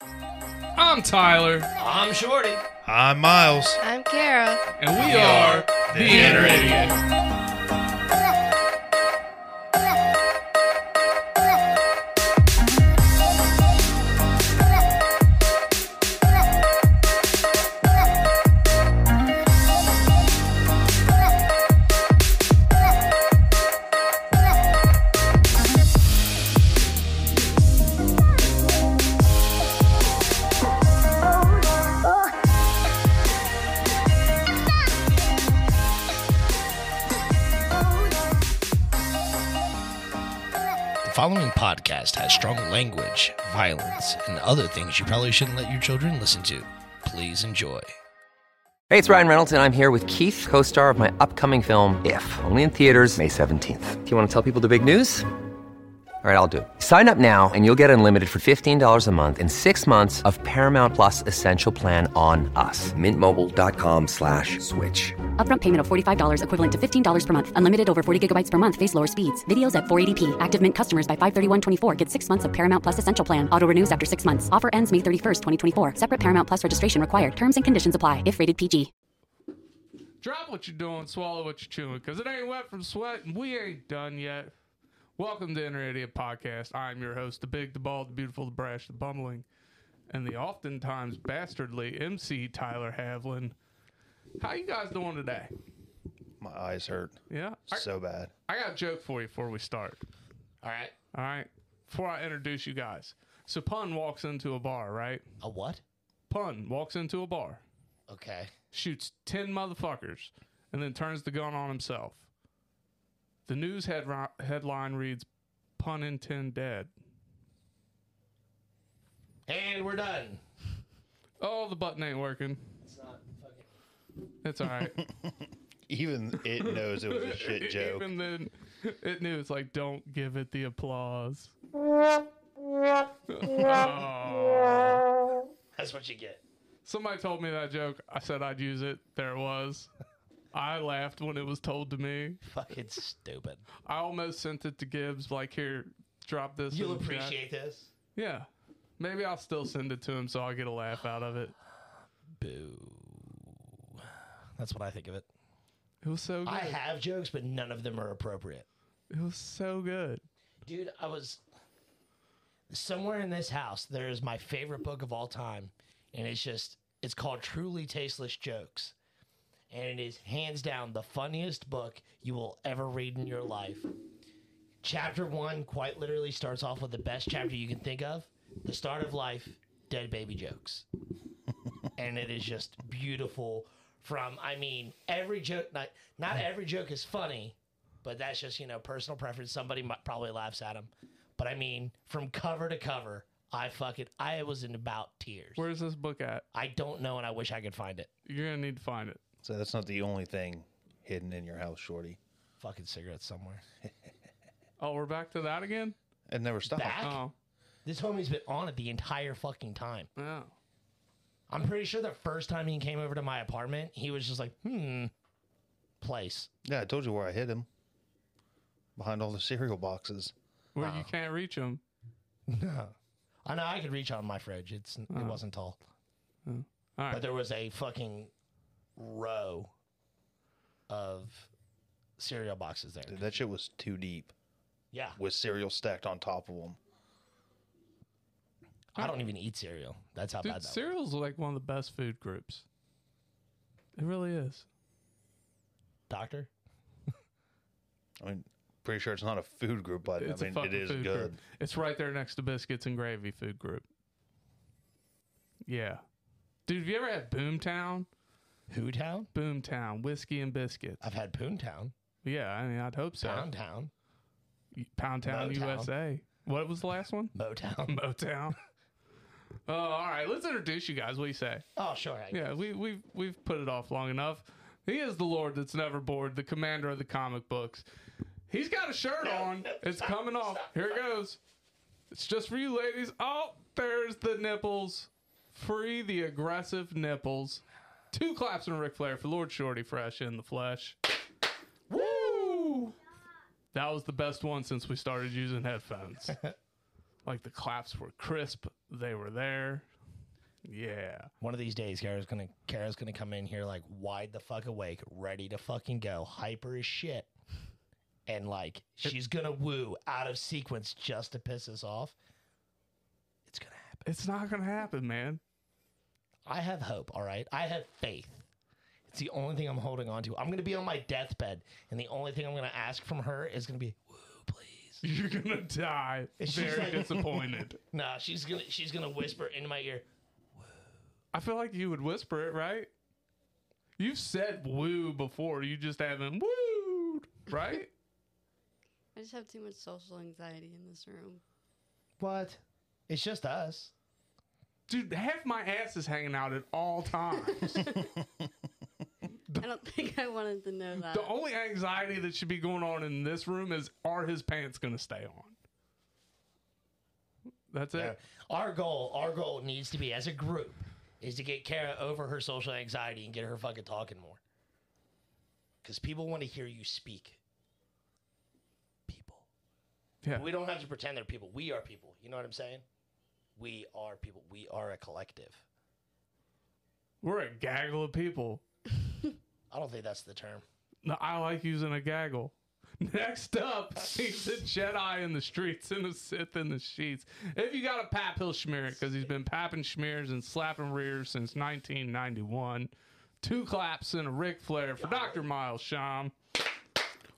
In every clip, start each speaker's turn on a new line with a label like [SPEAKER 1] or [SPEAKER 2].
[SPEAKER 1] I'm Tyler,
[SPEAKER 2] I'm Shorty.
[SPEAKER 3] I'm Miles.
[SPEAKER 4] I'm Kara.
[SPEAKER 1] and we are the Inner Idiot.
[SPEAKER 2] The following podcast has strong language, violence, and other things you probably shouldn't let your children listen to. Please enjoy.
[SPEAKER 5] Hey, it's Ryan Reynolds, and I'm here with Keith, co star of my upcoming film, If, only in theaters, May 17th. Do you want to tell people the big news? All right, I'll do. it. Sign up now and you'll get unlimited for $15 a month in six months of Paramount Plus Essential Plan on us. Mintmobile.com slash switch.
[SPEAKER 6] Upfront payment of $45 equivalent to $15 per month. Unlimited over 40 gigabytes per month. Face lower speeds. Videos at 480p. Active Mint customers by 531.24 get six months of Paramount Plus Essential Plan. Auto renews after six months. Offer ends May 31st, 2024. Separate Paramount Plus registration required. Terms and conditions apply if rated PG.
[SPEAKER 1] Drop what you're doing, swallow what you're chewing, because it ain't wet from sweat, and we ain't done yet. Welcome to Inner Idiot Podcast. I'm your host, the big, the bald, the beautiful, the brash, the bumbling, and the oftentimes bastardly MC Tyler Havlin. How you guys doing today?
[SPEAKER 3] My eyes hurt
[SPEAKER 1] Yeah, I,
[SPEAKER 3] so bad.
[SPEAKER 1] I got a joke for you before we start.
[SPEAKER 2] All right.
[SPEAKER 1] All right, before I introduce you guys, so Pun walks into a bar, right?
[SPEAKER 2] A what?
[SPEAKER 1] Pun walks into a bar.
[SPEAKER 2] Okay.
[SPEAKER 1] shoots 10 motherfuckers, and then turns the gun on himself. The news headri- headline reads, pun intended dead.
[SPEAKER 2] And we're done.
[SPEAKER 1] Oh, the button ain't working. It's all right. E-,
[SPEAKER 3] Even it knows it was a shit joke.
[SPEAKER 1] Even then, it knew it's like, don't give it the applause.
[SPEAKER 2] That's what you get.
[SPEAKER 1] Somebody told me that joke. I said I'd use it. There it was. I laughed when it was told to me.
[SPEAKER 2] Fucking stupid.
[SPEAKER 1] I almost sent it to Gibbs, like, here, drop this.
[SPEAKER 2] You'll
[SPEAKER 1] in the chat."
[SPEAKER 2] appreciate this.
[SPEAKER 1] Yeah. Maybe I'll still send it to him so I'll get a laugh out of it.
[SPEAKER 2] Boo. That's what I think of it.
[SPEAKER 1] It was so good.
[SPEAKER 2] I have jokes, but none of them are appropriate.
[SPEAKER 1] It was so good.
[SPEAKER 2] Dude, I was somewhere in this house. There is my favorite book of all time, and it's just it's called Truly Tasteless Jokes. And it is hands down the funniest book you will ever read in your life. Chapter 1 quite literally starts off with the best chapter you can think of, the start of life, dead baby jokes. and it is just beautiful from I mean, every joke not not every joke is funny, but that's just you know personal preference. Somebody might probably laughs at him, but I mean from cover to cover, I fucking I was in about tears.
[SPEAKER 1] Where's this book at?
[SPEAKER 2] I don't know, and I wish I could find it.
[SPEAKER 1] You're gonna need to find it.
[SPEAKER 3] So that's not the only thing hidden in your house, Shorty.
[SPEAKER 2] Fucking cigarettes somewhere.
[SPEAKER 1] Oh, we're back to that again.
[SPEAKER 3] It never stopped.
[SPEAKER 2] Back?
[SPEAKER 1] Oh,
[SPEAKER 2] This homie's been on it the entire fucking time.
[SPEAKER 1] yeah.
[SPEAKER 2] I'm pretty sure the first time he came over to my apartment, he was just like, hmm, place.
[SPEAKER 3] Yeah, I told you where I hid him. Behind all the cereal boxes.
[SPEAKER 1] Where you can't reach him.
[SPEAKER 2] No, I know I could reach out in my fridge. It's it wasn't tall,
[SPEAKER 1] All Uh-huh. right.
[SPEAKER 2] but there was a fucking row of cereal boxes there.
[SPEAKER 3] Dude, that shit was too deep
[SPEAKER 2] Yeah,
[SPEAKER 3] with cereal stacked on top of them.
[SPEAKER 2] I don't even eat cereal. That's how
[SPEAKER 1] Dude,
[SPEAKER 2] bad that. was.
[SPEAKER 1] cereal's like one of the best food groups. It really is.
[SPEAKER 2] Doctor,
[SPEAKER 3] I mean, pretty sure it's not a food group, but
[SPEAKER 1] It's
[SPEAKER 3] I
[SPEAKER 1] a
[SPEAKER 3] mean,
[SPEAKER 1] fucking
[SPEAKER 3] it is
[SPEAKER 1] food
[SPEAKER 3] good.
[SPEAKER 1] group. It's right there next to biscuits and gravy food group. Yeah. Dude, have you ever had Boomtown?
[SPEAKER 2] Hootown.
[SPEAKER 1] Boomtown, whiskey and biscuits.
[SPEAKER 2] I've had Poontown,
[SPEAKER 1] Yeah, I mean, I'd hope so. Pound,
[SPEAKER 2] Poundtown,
[SPEAKER 1] Town,
[SPEAKER 2] Motown.
[SPEAKER 1] USA. What was the last one?
[SPEAKER 2] Motown.
[SPEAKER 1] Motown. Oh, all right. Let's introduce you guys. What do you say?
[SPEAKER 2] Oh, sure. I
[SPEAKER 1] Yeah, we we've we've put it off long enough. He is the Lord that's never bored, the commander of the comic books. He's got a shirt on. it's coming off. Here it goes. It's just for you ladies. Oh, there's the nipples. Free the aggressive nipples. Two claps from Ric Flair for Lord Shorty Fresh in the flesh. Woo! That was the best one since we started using headphones. Like the claps were crisp. They were there. Yeah.
[SPEAKER 2] One of these days, Kara's gonna Kara's gonna come in here like wide the fuck awake, ready to fucking go, hyper as shit, and like she's gonna woo out of sequence just to piss us off. It's gonna happen.
[SPEAKER 1] It's not going to happen, man.
[SPEAKER 2] I have hope. All right, I have faith. It's the only thing I'm holding on to. I'm gonna be on my deathbed, and the only thing I'm gonna ask from her is gonna be woo, please.
[SPEAKER 1] You're going to die
[SPEAKER 2] It's just
[SPEAKER 1] very
[SPEAKER 2] like-
[SPEAKER 1] disappointed.
[SPEAKER 2] Nah, she's gonna she's gonna whisper into my ear.
[SPEAKER 1] I feel like you would whisper it, right? You've said woo before. You just haven't wooed, right?
[SPEAKER 4] I just have too much social anxiety in this room.
[SPEAKER 2] What? It's just us.
[SPEAKER 1] Dude, half my ass is hanging out at all times.
[SPEAKER 4] I don't think I wanted to know that.
[SPEAKER 1] the only anxiety that should be going on in this room is are his pants going to stay on? That's it.
[SPEAKER 2] Our goal, our goal needs to be as a group, is to get Kara over her social anxiety and get her fucking talking more. Because people want to hear you speak. People.
[SPEAKER 1] Yeah.
[SPEAKER 2] We don't have to pretend they're people. We are people. You know what I'm saying? We are people. We are a collective.
[SPEAKER 1] We're a gaggle of people.
[SPEAKER 2] I don't think that's the term.
[SPEAKER 1] No, I like using a gaggle. Next up, he's a Jedi in the streets and a Sith in the sheets. If you got a pap, he'll smear it because he's been papping schmears and slapping rears since 1991. Two claps and a Ric Flair for Dr. Miles Sham.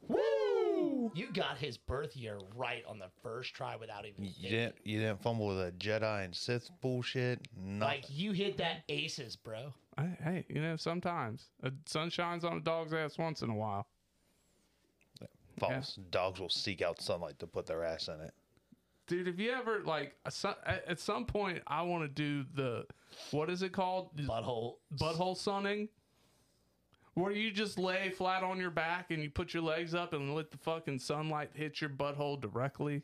[SPEAKER 1] Woo!
[SPEAKER 2] You got his birth year right on the first try without even
[SPEAKER 3] You
[SPEAKER 2] thinking.
[SPEAKER 3] didn't, you didn't fumble with that Jedi and Sith bullshit. Nothing.
[SPEAKER 2] Like you hit that aces, bro.
[SPEAKER 1] Hey, Hey, you know, sometimes a sun shines on a dog's ass once in a while.
[SPEAKER 3] False. Dogs will seek out sunlight to put their ass in it.
[SPEAKER 1] Dude, if you ever, like, a su- at at some point, I want to do the, what is it called?
[SPEAKER 2] Butthole.
[SPEAKER 1] butthole sunning, where you just lay flat on your back and you put your legs up and let the fucking sunlight hit your butthole directly.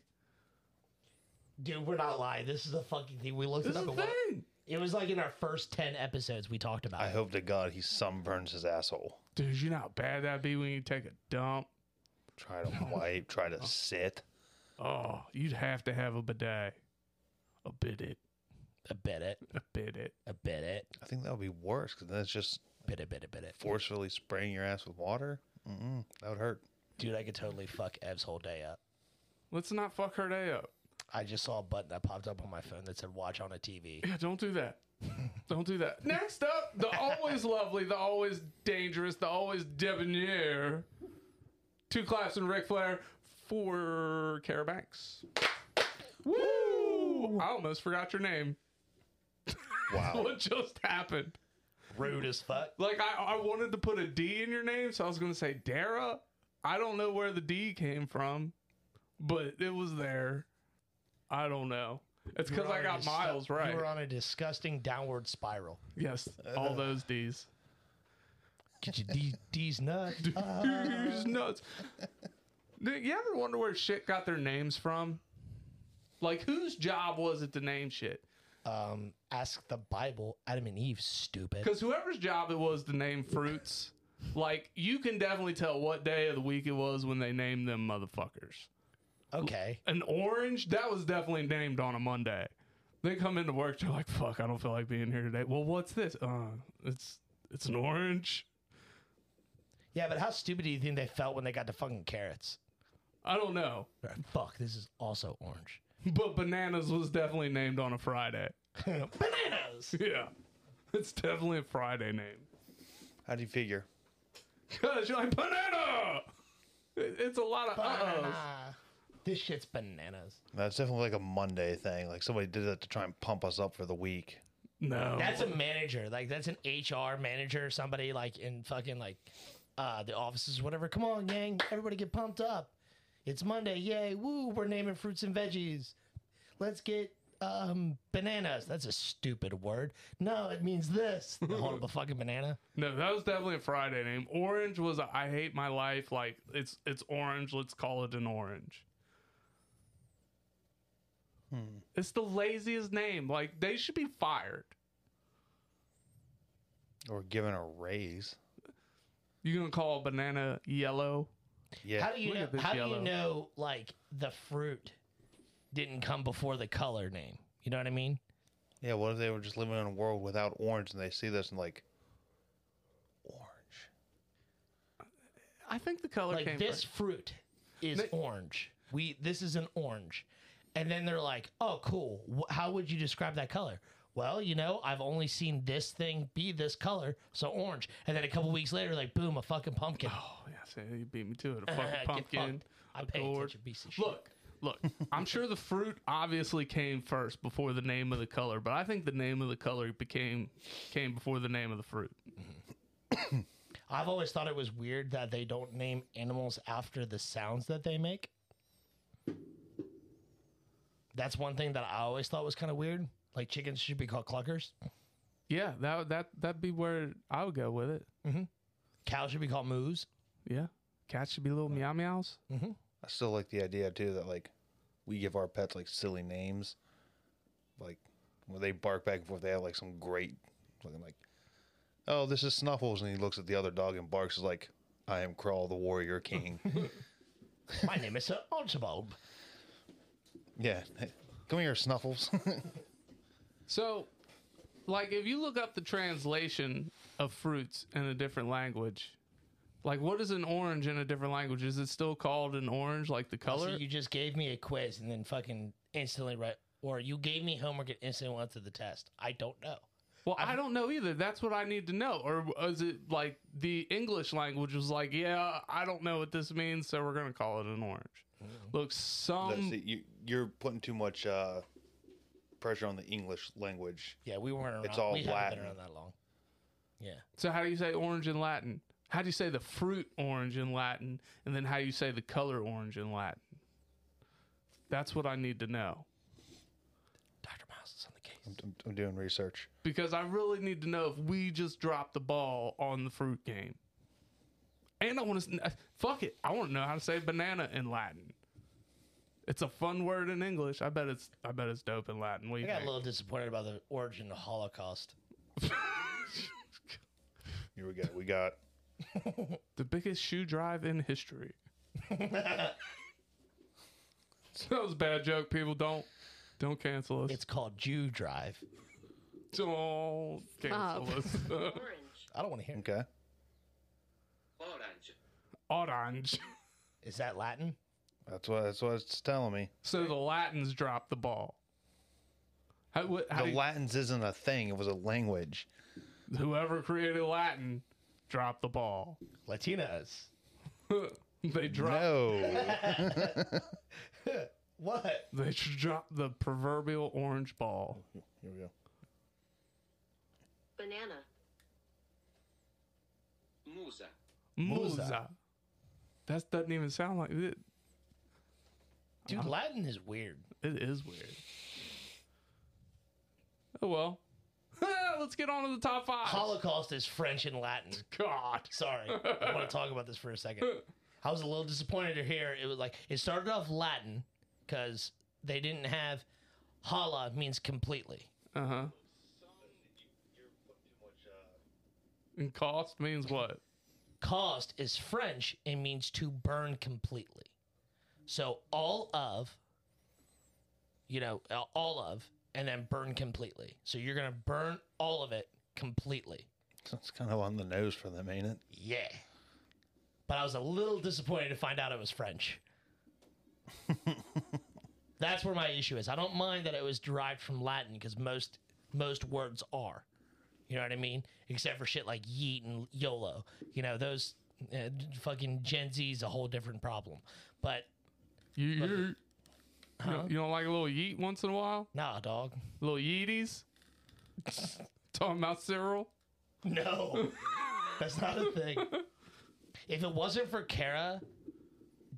[SPEAKER 2] Dude, we're not lying. This is the fucking thing. We looked
[SPEAKER 1] This
[SPEAKER 2] it
[SPEAKER 1] is
[SPEAKER 2] up.
[SPEAKER 1] the
[SPEAKER 2] and what-
[SPEAKER 1] thing,
[SPEAKER 2] It was like in our first 10 episodes we talked about
[SPEAKER 3] I
[SPEAKER 2] it.
[SPEAKER 3] hope to God he sunburns his asshole.
[SPEAKER 1] dude. You know how bad that'd be when you take a dump.
[SPEAKER 3] Try to wipe, try to sit.
[SPEAKER 1] Oh, you'd have to have a bidet, a bidet,
[SPEAKER 2] A bit it.
[SPEAKER 1] a bidet.
[SPEAKER 2] A bit it.
[SPEAKER 3] I think that would be worse because then it's just
[SPEAKER 2] Bit it, bit it, bit it.
[SPEAKER 3] forcefully spraying your ass with water. Mm-mm, that would hurt.
[SPEAKER 2] Dude, I could totally fuck Ev's whole day up.
[SPEAKER 1] Let's not fuck her day up.
[SPEAKER 2] I just saw a button that popped up on my phone that said watch on a TV.
[SPEAKER 1] Yeah, don't do that. Don't do that. Next up, the always lovely, the always dangerous, the always debonair. Two claps and Ric Flair for Cara Banks. Woo! I almost forgot your name.
[SPEAKER 3] Wow. Oh.
[SPEAKER 1] What just happened?
[SPEAKER 2] Rude as fuck.
[SPEAKER 1] Like, I, I wanted to put a D in your name, so I was going to say Dara. I don't know where the D came from, but it was there. I don't know. It's because I got Miles right.
[SPEAKER 2] You were on a disgusting downward spiral.
[SPEAKER 1] Yes, all those D's.
[SPEAKER 2] Get your D, D's nut.
[SPEAKER 1] He's nuts. Dude, you ever wonder where shit got their names from? Like, whose job was it to name shit?
[SPEAKER 2] Um, ask the Bible. Adam and Eve, stupid.
[SPEAKER 1] Because whoever's job it was to name fruits, like, you can definitely tell what day of the week it was when they named them motherfuckers.
[SPEAKER 2] Okay.
[SPEAKER 1] An orange, that was definitely named on a Monday. They come into work, they're like, fuck, I don't feel like being here today. Well, what's this? Uh, it's it's an orange.
[SPEAKER 2] Yeah, but how stupid do you think they felt when they got the fucking carrots?
[SPEAKER 1] I don't know.
[SPEAKER 2] Fuck, this is also orange.
[SPEAKER 1] But bananas was definitely named on a Friday.
[SPEAKER 2] Bananas!
[SPEAKER 1] Yeah. It's definitely a Friday name.
[SPEAKER 3] How do you figure?
[SPEAKER 1] Because you're like, banana! It- It's a lot of uh-ohs.
[SPEAKER 2] Ah, this shit's bananas.
[SPEAKER 3] That's definitely like a Monday thing. Like somebody did that to try and pump us up for the week.
[SPEAKER 1] No.
[SPEAKER 2] That's a manager. Like that's an HR manager, somebody like in fucking like uh the offices, whatever. Come on, gang. Everybody get pumped up. It's Monday, yay, woo, we're naming fruits and veggies. Let's get um bananas. That's a stupid word. No, it means this. They Hold up a fucking banana.
[SPEAKER 1] no, that was definitely a Friday name. Orange was a, I hate my life. Like, it's it's orange. Let's call it an orange. It's the laziest name. Like, they should be fired.
[SPEAKER 3] Or given a raise.
[SPEAKER 1] You gonna call a banana yellow?
[SPEAKER 3] Yeah.
[SPEAKER 2] How do you
[SPEAKER 1] Look
[SPEAKER 2] know
[SPEAKER 1] at this
[SPEAKER 2] how do
[SPEAKER 1] yellow.
[SPEAKER 2] you know like the fruit didn't come before the color name. You know what I mean?
[SPEAKER 3] Yeah, what if they were just living in a world without orange and they see this and like orange?
[SPEAKER 1] I think the color
[SPEAKER 2] Like
[SPEAKER 1] came
[SPEAKER 2] this
[SPEAKER 1] first.
[SPEAKER 2] fruit is
[SPEAKER 1] Ma-
[SPEAKER 2] orange. We this is an orange, and then they're like, "Oh, cool. Wh- How would you describe that color?" Well, you know, I've only seen this thing be this color, so orange. And then a couple weeks later, like, boom, a fucking pumpkin.
[SPEAKER 1] Oh, yeah, see, you beat me to it. A
[SPEAKER 2] Get
[SPEAKER 1] fucking
[SPEAKER 2] fucked.
[SPEAKER 1] pumpkin.
[SPEAKER 2] I
[SPEAKER 1] a
[SPEAKER 2] pay
[SPEAKER 1] gourd.
[SPEAKER 2] attention, piece of shit.
[SPEAKER 1] Look, look. I'm sure the fruit obviously came first before the name of the color, but I think the name of the color became came before the name of the fruit.
[SPEAKER 2] I've always thought it was weird that they don't name animals after the sounds that they make. That's one thing that I always thought was kind of weird. Like chickens should be called cluckers.
[SPEAKER 1] Yeah, that that that'd be where I would go with it.
[SPEAKER 2] Cows should be called moos.
[SPEAKER 1] Yeah, cats should be little meow meows.
[SPEAKER 3] I still like the idea too that like we give our pets like silly names, like when they bark back and forth, they have like some great looking like, oh, this is Snuffles, and he looks at the other dog and barks is like, I am Crawl the Warrior King.
[SPEAKER 2] My name is Sir Archibald.
[SPEAKER 3] yeah, come here, Snuffles.
[SPEAKER 1] So, like, if you look up the translation of fruits in a different language. Like what is an orange in a different language? Is it still called an orange, like the
[SPEAKER 2] So
[SPEAKER 1] color?
[SPEAKER 2] you just gave me a quiz and then fucking instantly right, or you gave me homework and instantly went to the test. I don't know.
[SPEAKER 1] Well, I don't know either. That's what I need to know. Or is it like the English language was like, yeah, I don't know what this means, so we're gonna call it an orange. Look,
[SPEAKER 3] That's
[SPEAKER 1] some
[SPEAKER 3] it. you, you're putting too much uh, pressure on the English language.
[SPEAKER 2] Yeah, we weren't. Around,
[SPEAKER 3] It's all
[SPEAKER 2] we haven't
[SPEAKER 3] Latin.
[SPEAKER 2] been around that long. Yeah,
[SPEAKER 1] so how do you say orange in Latin? How do you say the fruit orange in Latin, and then how you say the color orange in Latin? That's what I need to know
[SPEAKER 2] Doctor Mouse is on the case.
[SPEAKER 3] I'm, I'm, I'm doing research.
[SPEAKER 1] because I really need to know if we just dropped the ball on the fruit game. And I want to fuck it. I want to know how to say banana in Latin. It's a fun word in English. I bet it's I bet it's dope in Latin. What do
[SPEAKER 2] I
[SPEAKER 1] you
[SPEAKER 2] got a
[SPEAKER 1] think?
[SPEAKER 2] little disappointed about the origin of Holocaust.
[SPEAKER 3] Here we go. We got
[SPEAKER 1] the biggest shoe drive in history. that was a bad joke. People don't don't cancel us.
[SPEAKER 2] It's called Jew Drive.
[SPEAKER 1] don't cancel us.
[SPEAKER 7] Orange.
[SPEAKER 2] I don't want to hear. it.
[SPEAKER 3] okay.
[SPEAKER 7] Orange.
[SPEAKER 1] Orange.
[SPEAKER 2] Is that Latin?
[SPEAKER 3] That's what that's what it's telling me.
[SPEAKER 1] So the Latins dropped the ball. How, what, how
[SPEAKER 3] The
[SPEAKER 1] do you-
[SPEAKER 3] Latins isn't a thing. It was a language.
[SPEAKER 1] whoever created Latin dropped the ball.
[SPEAKER 2] Latinas.
[SPEAKER 1] they dropped
[SPEAKER 3] No.
[SPEAKER 2] What?
[SPEAKER 1] they dropped the proverbial orange ball.
[SPEAKER 3] Here we go.
[SPEAKER 7] Banana. Musa.
[SPEAKER 2] Musa.
[SPEAKER 1] Musa. That doesn't even sound like it.
[SPEAKER 2] Dude, Latin is weird.
[SPEAKER 1] It is weird. Oh well. Ah, Let's get on to the top five.
[SPEAKER 2] Holocaust is French and Latin.
[SPEAKER 1] God.
[SPEAKER 2] Sorry, I want to talk about this for a second. I was a little disappointed to hear it was like it started off Latin because they didn't have "hala" means completely.
[SPEAKER 1] Uh huh. And cost means what?
[SPEAKER 2] Caused is French and means to burn completely. So all of, you know, uh, all of, and then burn completely. So you're gonna burn all of it completely.
[SPEAKER 3] So it's kind of on the nose for them, ain't it?
[SPEAKER 2] Yeah. But I was a little disappointed to find out it was French. That's where my issue is. I don't mind that it was derived from Latin because most most words are. You know what I mean? Except for shit like yeet and YOLO. You know, those uh, fucking Gen Z's a whole different problem. But
[SPEAKER 1] You you, you, you don't like a little yeet once in a while?
[SPEAKER 2] nah, dog.
[SPEAKER 1] Little yeeties? Talking about Cyril?
[SPEAKER 2] No, that's not a thing. If it wasn't for Kara,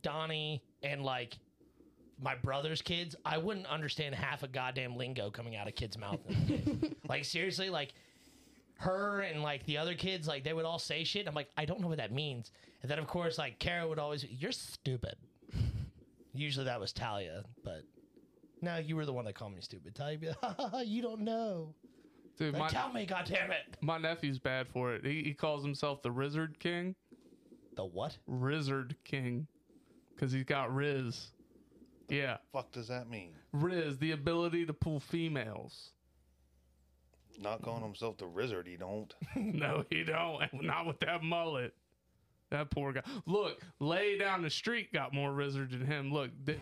[SPEAKER 2] Donnie, and like my brother's kids, I wouldn't understand half a goddamn lingo coming out of kids' mouth. nowadays. like seriously, like her and like the other kids, like they would all say shit. I'm like, I don't know what that means. And then of course, like Kara would always, you're stupid. Usually that was Talia, but no, you were the one that called me stupid. Talia, be like, you don't know.
[SPEAKER 1] Dude,
[SPEAKER 2] Like,
[SPEAKER 1] my,
[SPEAKER 2] tell me, goddamn it.
[SPEAKER 1] my nephew's bad for it. He, he calls himself the Rizzard King.
[SPEAKER 2] The what?
[SPEAKER 1] Rizzard King. Because he's got Riz. Yeah.
[SPEAKER 3] fuck does that mean?
[SPEAKER 1] Riz, the ability to pull females.
[SPEAKER 3] Not calling himself the Rizzard, he don't.
[SPEAKER 1] No, he don't. Not with that mullet. That poor guy. Look, Lay down the street got more wizard than him. Look, d-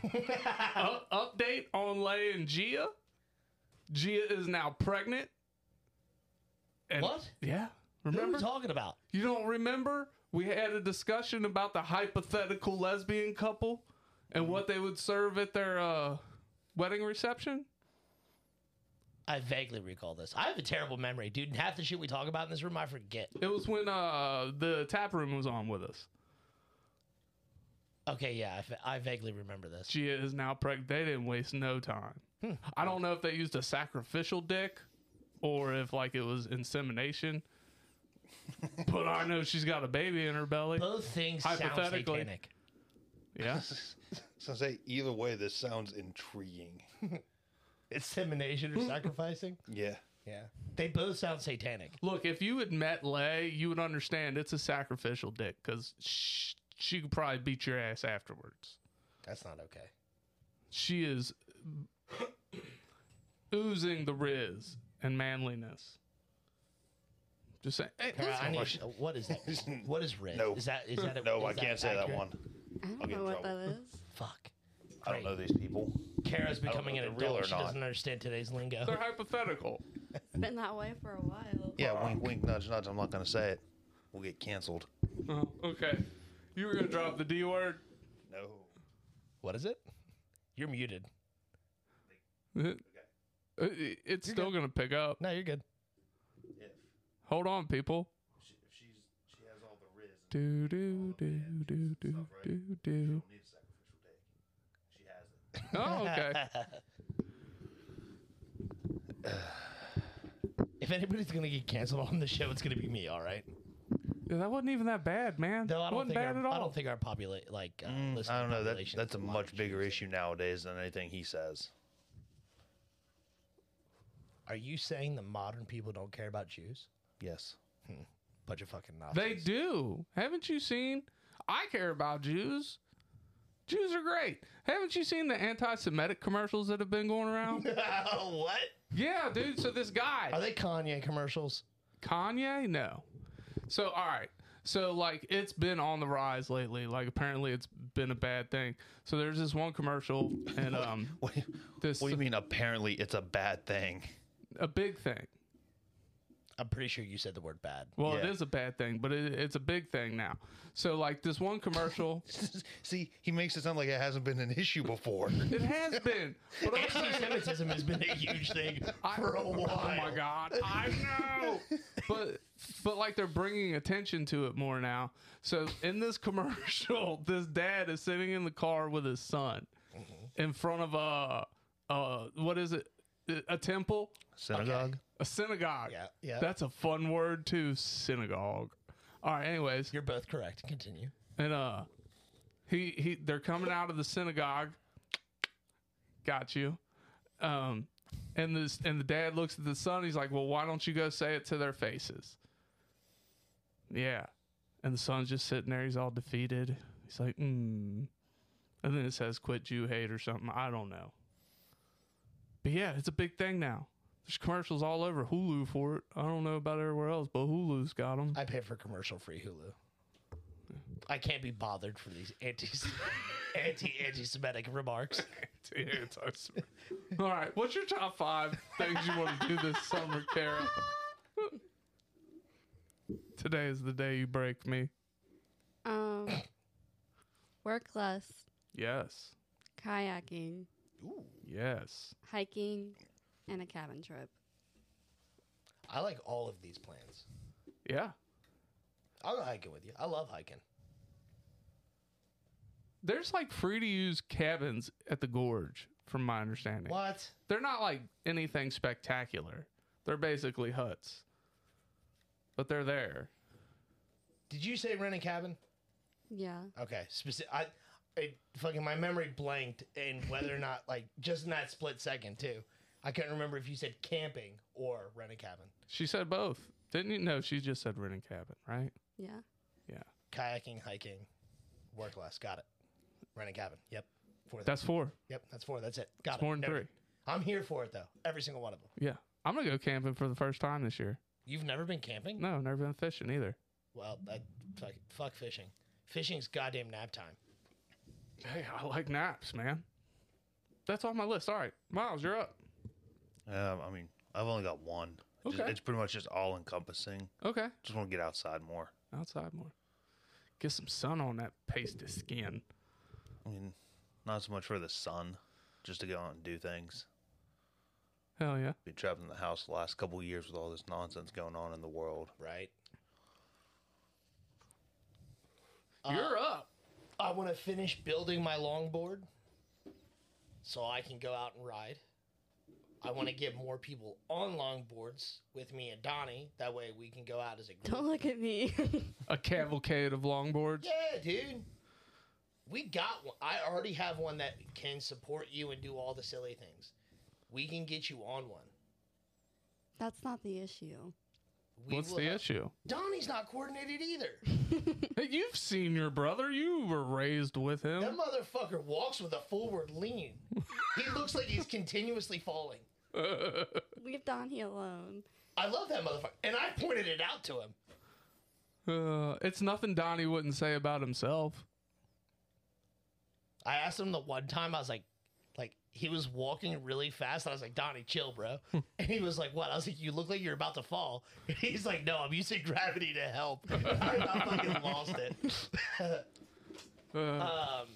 [SPEAKER 1] up- update on Lay and Gia. Gia is now pregnant. And-
[SPEAKER 2] What?
[SPEAKER 1] Yeah.
[SPEAKER 2] What are
[SPEAKER 1] Remember?
[SPEAKER 2] we talking about?
[SPEAKER 1] you don't remember? We had a discussion about the hypothetical lesbian couple and
[SPEAKER 2] Mm-hmm.
[SPEAKER 1] what they would serve at their uh, wedding reception.
[SPEAKER 2] I vaguely recall this. I have a terrible memory, dude. And half the shit we talk about in this room, I forget.
[SPEAKER 1] It was when uh, the tap room was on with us.
[SPEAKER 2] Okay, yeah, I, fa- I vaguely remember this.
[SPEAKER 1] Gia is now pregnant. They didn't waste no time. I don't know if they used a sacrificial dick or if like it was insemination. but I know she's got a baby in her belly.
[SPEAKER 2] Both things sound
[SPEAKER 1] Hypothetically.
[SPEAKER 2] satanic.
[SPEAKER 1] Yeah.
[SPEAKER 3] So I say either way, this sounds intriguing.
[SPEAKER 2] Insemination or sacrificing?
[SPEAKER 3] Yeah.
[SPEAKER 2] Yeah. They both sound satanic.
[SPEAKER 1] Look, if you had met Lay, you would understand it's a sacrificial dick because she, she could probably beat your ass afterwards.
[SPEAKER 2] That's not okay.
[SPEAKER 1] She is oozing the riz and manliness. Just saying. Hey,
[SPEAKER 2] Kara, I
[SPEAKER 1] listen.
[SPEAKER 2] need, what is that? What is red?
[SPEAKER 3] No.
[SPEAKER 2] Is that is that a,
[SPEAKER 3] No,
[SPEAKER 2] is
[SPEAKER 3] I can't say that
[SPEAKER 2] accurate?
[SPEAKER 3] one.
[SPEAKER 4] I don't
[SPEAKER 3] I'll get
[SPEAKER 4] know
[SPEAKER 3] in
[SPEAKER 4] what
[SPEAKER 3] trouble.
[SPEAKER 4] that is.
[SPEAKER 2] Fuck.
[SPEAKER 3] I don't know these people.
[SPEAKER 2] Kara's
[SPEAKER 3] know
[SPEAKER 2] becoming
[SPEAKER 3] if
[SPEAKER 2] an
[SPEAKER 3] they're real
[SPEAKER 2] adult.
[SPEAKER 3] or
[SPEAKER 2] She doesn't
[SPEAKER 3] not.
[SPEAKER 2] understand today's lingo.
[SPEAKER 1] they're hypothetical.
[SPEAKER 4] It's been that way for a while.
[SPEAKER 3] Yeah, wink, wink, nudge, nudge. I'm not gonna say it. We'll get canceled.
[SPEAKER 1] Oh, okay. You were gonna drop the D word.
[SPEAKER 3] No.
[SPEAKER 2] What is it? You're muted.
[SPEAKER 1] It- It's still gonna pick up.
[SPEAKER 2] No, you're good.
[SPEAKER 1] Hold on, people. Do do do do do do do. Oh, okay.
[SPEAKER 2] If anybody's gonna get canceled on the show, it's gonna be me. All right.
[SPEAKER 1] Yeah, that wasn't even that bad, man.
[SPEAKER 2] No, I don't
[SPEAKER 1] wasn't
[SPEAKER 2] think
[SPEAKER 1] bad
[SPEAKER 2] our,
[SPEAKER 1] at all.
[SPEAKER 2] I don't think our populate like uh, listener
[SPEAKER 3] Mm, I don't know. That,
[SPEAKER 2] population
[SPEAKER 3] that's a
[SPEAKER 2] is lot
[SPEAKER 3] much
[SPEAKER 2] of
[SPEAKER 3] bigger
[SPEAKER 2] Jews.
[SPEAKER 3] issue nowadays than anything he says.
[SPEAKER 2] Are you saying the modern people don't care about Jews?
[SPEAKER 3] Yes.
[SPEAKER 2] Bunch of fucking
[SPEAKER 1] they
[SPEAKER 2] Nazis.
[SPEAKER 1] do. Haven't you seen? I care about Jews. Jews are great. Haven't you seen the anti-Semitic commercials that have been going around?
[SPEAKER 2] Oh, what?
[SPEAKER 1] yeah, dude. So this guy.
[SPEAKER 2] Are they Kanye commercials?
[SPEAKER 1] Kanye? No. So, all right. So, like, it's been on the rise lately. Like, apparently, it's been a bad thing. So, there's this one commercial, and um,
[SPEAKER 3] What, do you-
[SPEAKER 1] this
[SPEAKER 3] what do you mean? Apparently, it's a bad thing.
[SPEAKER 1] a big thing.
[SPEAKER 2] I'm pretty sure you said the word bad.
[SPEAKER 1] Well, it
[SPEAKER 3] Yeah.
[SPEAKER 1] is a bad thing, but it, it's a big thing now. So, like, this one commercial,
[SPEAKER 3] See, he makes it sound like it hasn't been an issue before.
[SPEAKER 1] it has been. But I'm saying,
[SPEAKER 2] Anti-Semitism has been a huge thing for a while.
[SPEAKER 1] Oh my god, I know. but but like they're bringing attention to it more now. So in this commercial, this dad is sitting in the car with his son
[SPEAKER 2] Mm-hmm.
[SPEAKER 1] in front of a uh what is it? A temple,
[SPEAKER 3] Synagogue.
[SPEAKER 1] a synagogue.
[SPEAKER 2] Yeah, yeah.
[SPEAKER 1] That's a fun word too, synagogue. All right, anyways,
[SPEAKER 2] You're both correct. Continue.
[SPEAKER 1] and uh he he they're coming out of the synagogue got you um and this and the dad looks at the son he's like well why don't you go say it to their faces yeah and the son's just sitting there he's all defeated he's like mm and then it says quit jew hate or something i don't know but yeah it's a big thing now there's commercials all over hulu for it i don't know about everywhere else but hulu's got them
[SPEAKER 2] I pay for commercial free Hulu. I can't be bothered for these anti anti anti Semitic remarks.
[SPEAKER 1] All right, what's your top five things you want to do this summer, Kara? Today is the day you break me.
[SPEAKER 4] Um, work less,
[SPEAKER 1] Yes,
[SPEAKER 4] kayaking,
[SPEAKER 1] yes.
[SPEAKER 4] hiking, and a cabin trip.
[SPEAKER 2] I like all of these plans.
[SPEAKER 1] Yeah,
[SPEAKER 2] I'll go hiking with you. I love hiking.
[SPEAKER 1] there's like free to use cabins at the gorge, from my understanding.
[SPEAKER 2] What?
[SPEAKER 1] They're not like anything spectacular. They're basically huts, but they're there.
[SPEAKER 2] Did you say rent a cabin?
[SPEAKER 4] Yeah.
[SPEAKER 2] Okay, specific. I, it, fucking my memory blanked, and whether or not like just in that split second too, I couldn't remember if you said camping or rent a cabin.
[SPEAKER 1] She said both, didn't you? No, she just said rent a cabin, right?
[SPEAKER 4] Yeah.
[SPEAKER 1] Yeah.
[SPEAKER 2] Kayaking, hiking, work less. Got it. Rent a cabin. Yep. Four.
[SPEAKER 1] That's four.
[SPEAKER 2] yep, that's four. That's it. Got
[SPEAKER 1] It's
[SPEAKER 2] it.
[SPEAKER 1] more than three.
[SPEAKER 2] Noted. I'm here for it though. Every single one of them.
[SPEAKER 1] Yeah. I'm gonna go camping for the first time this year.
[SPEAKER 2] You've never been camping?
[SPEAKER 1] No, I've never been fishing either.
[SPEAKER 2] Well, that, fuck, fuck fishing. Fishing's goddamn nap time.
[SPEAKER 1] Hey, I like naps, man. That's on my list. All right, Miles, you're up.
[SPEAKER 3] Um, I mean, I've only got one. Just-
[SPEAKER 1] Okay.
[SPEAKER 3] it's pretty much just all encompassing.
[SPEAKER 1] Okay,
[SPEAKER 3] Just want to get outside more.
[SPEAKER 1] outside more. Get some sun on that pasty skin.
[SPEAKER 3] I mean, not so much for the sun, just to go out and do things.
[SPEAKER 1] Hell yeah.
[SPEAKER 3] Been trapped in the house the last couple of years with all this nonsense going on in the world.
[SPEAKER 2] Right.
[SPEAKER 1] you're up.
[SPEAKER 2] I want to finish building my longboard so I can go out and ride. I want to get more people on longboards with me and Donnie. That way we can go out as a group.
[SPEAKER 4] Don't look at me.
[SPEAKER 1] A cavalcade of longboards.
[SPEAKER 2] Yeah, dude. We got one. I already have one that can support you and do all the silly things. We can get you on one.
[SPEAKER 4] That's not the issue.
[SPEAKER 2] We
[SPEAKER 1] What's
[SPEAKER 2] will
[SPEAKER 1] the
[SPEAKER 2] have-
[SPEAKER 1] issue?
[SPEAKER 2] Donnie's not coordinated either.
[SPEAKER 1] Hey, you've seen your brother. You were raised with
[SPEAKER 2] That
[SPEAKER 1] him.
[SPEAKER 2] motherfucker walks with a forward lean. He looks like he's continuously falling.
[SPEAKER 4] Leave Donnie alone.
[SPEAKER 2] I love that motherfucker. And I pointed it out to him.
[SPEAKER 1] Uh, it's nothing Donnie wouldn't say about himself.
[SPEAKER 2] I asked him the one time, I was like, like he was walking really fast. And I was like, Donnie, chill, bro. And he was like, what? I was like, you look like you're about to fall. And he's like, no, I'm using gravity to help. I about fucking lost it.
[SPEAKER 1] Uh,
[SPEAKER 2] um,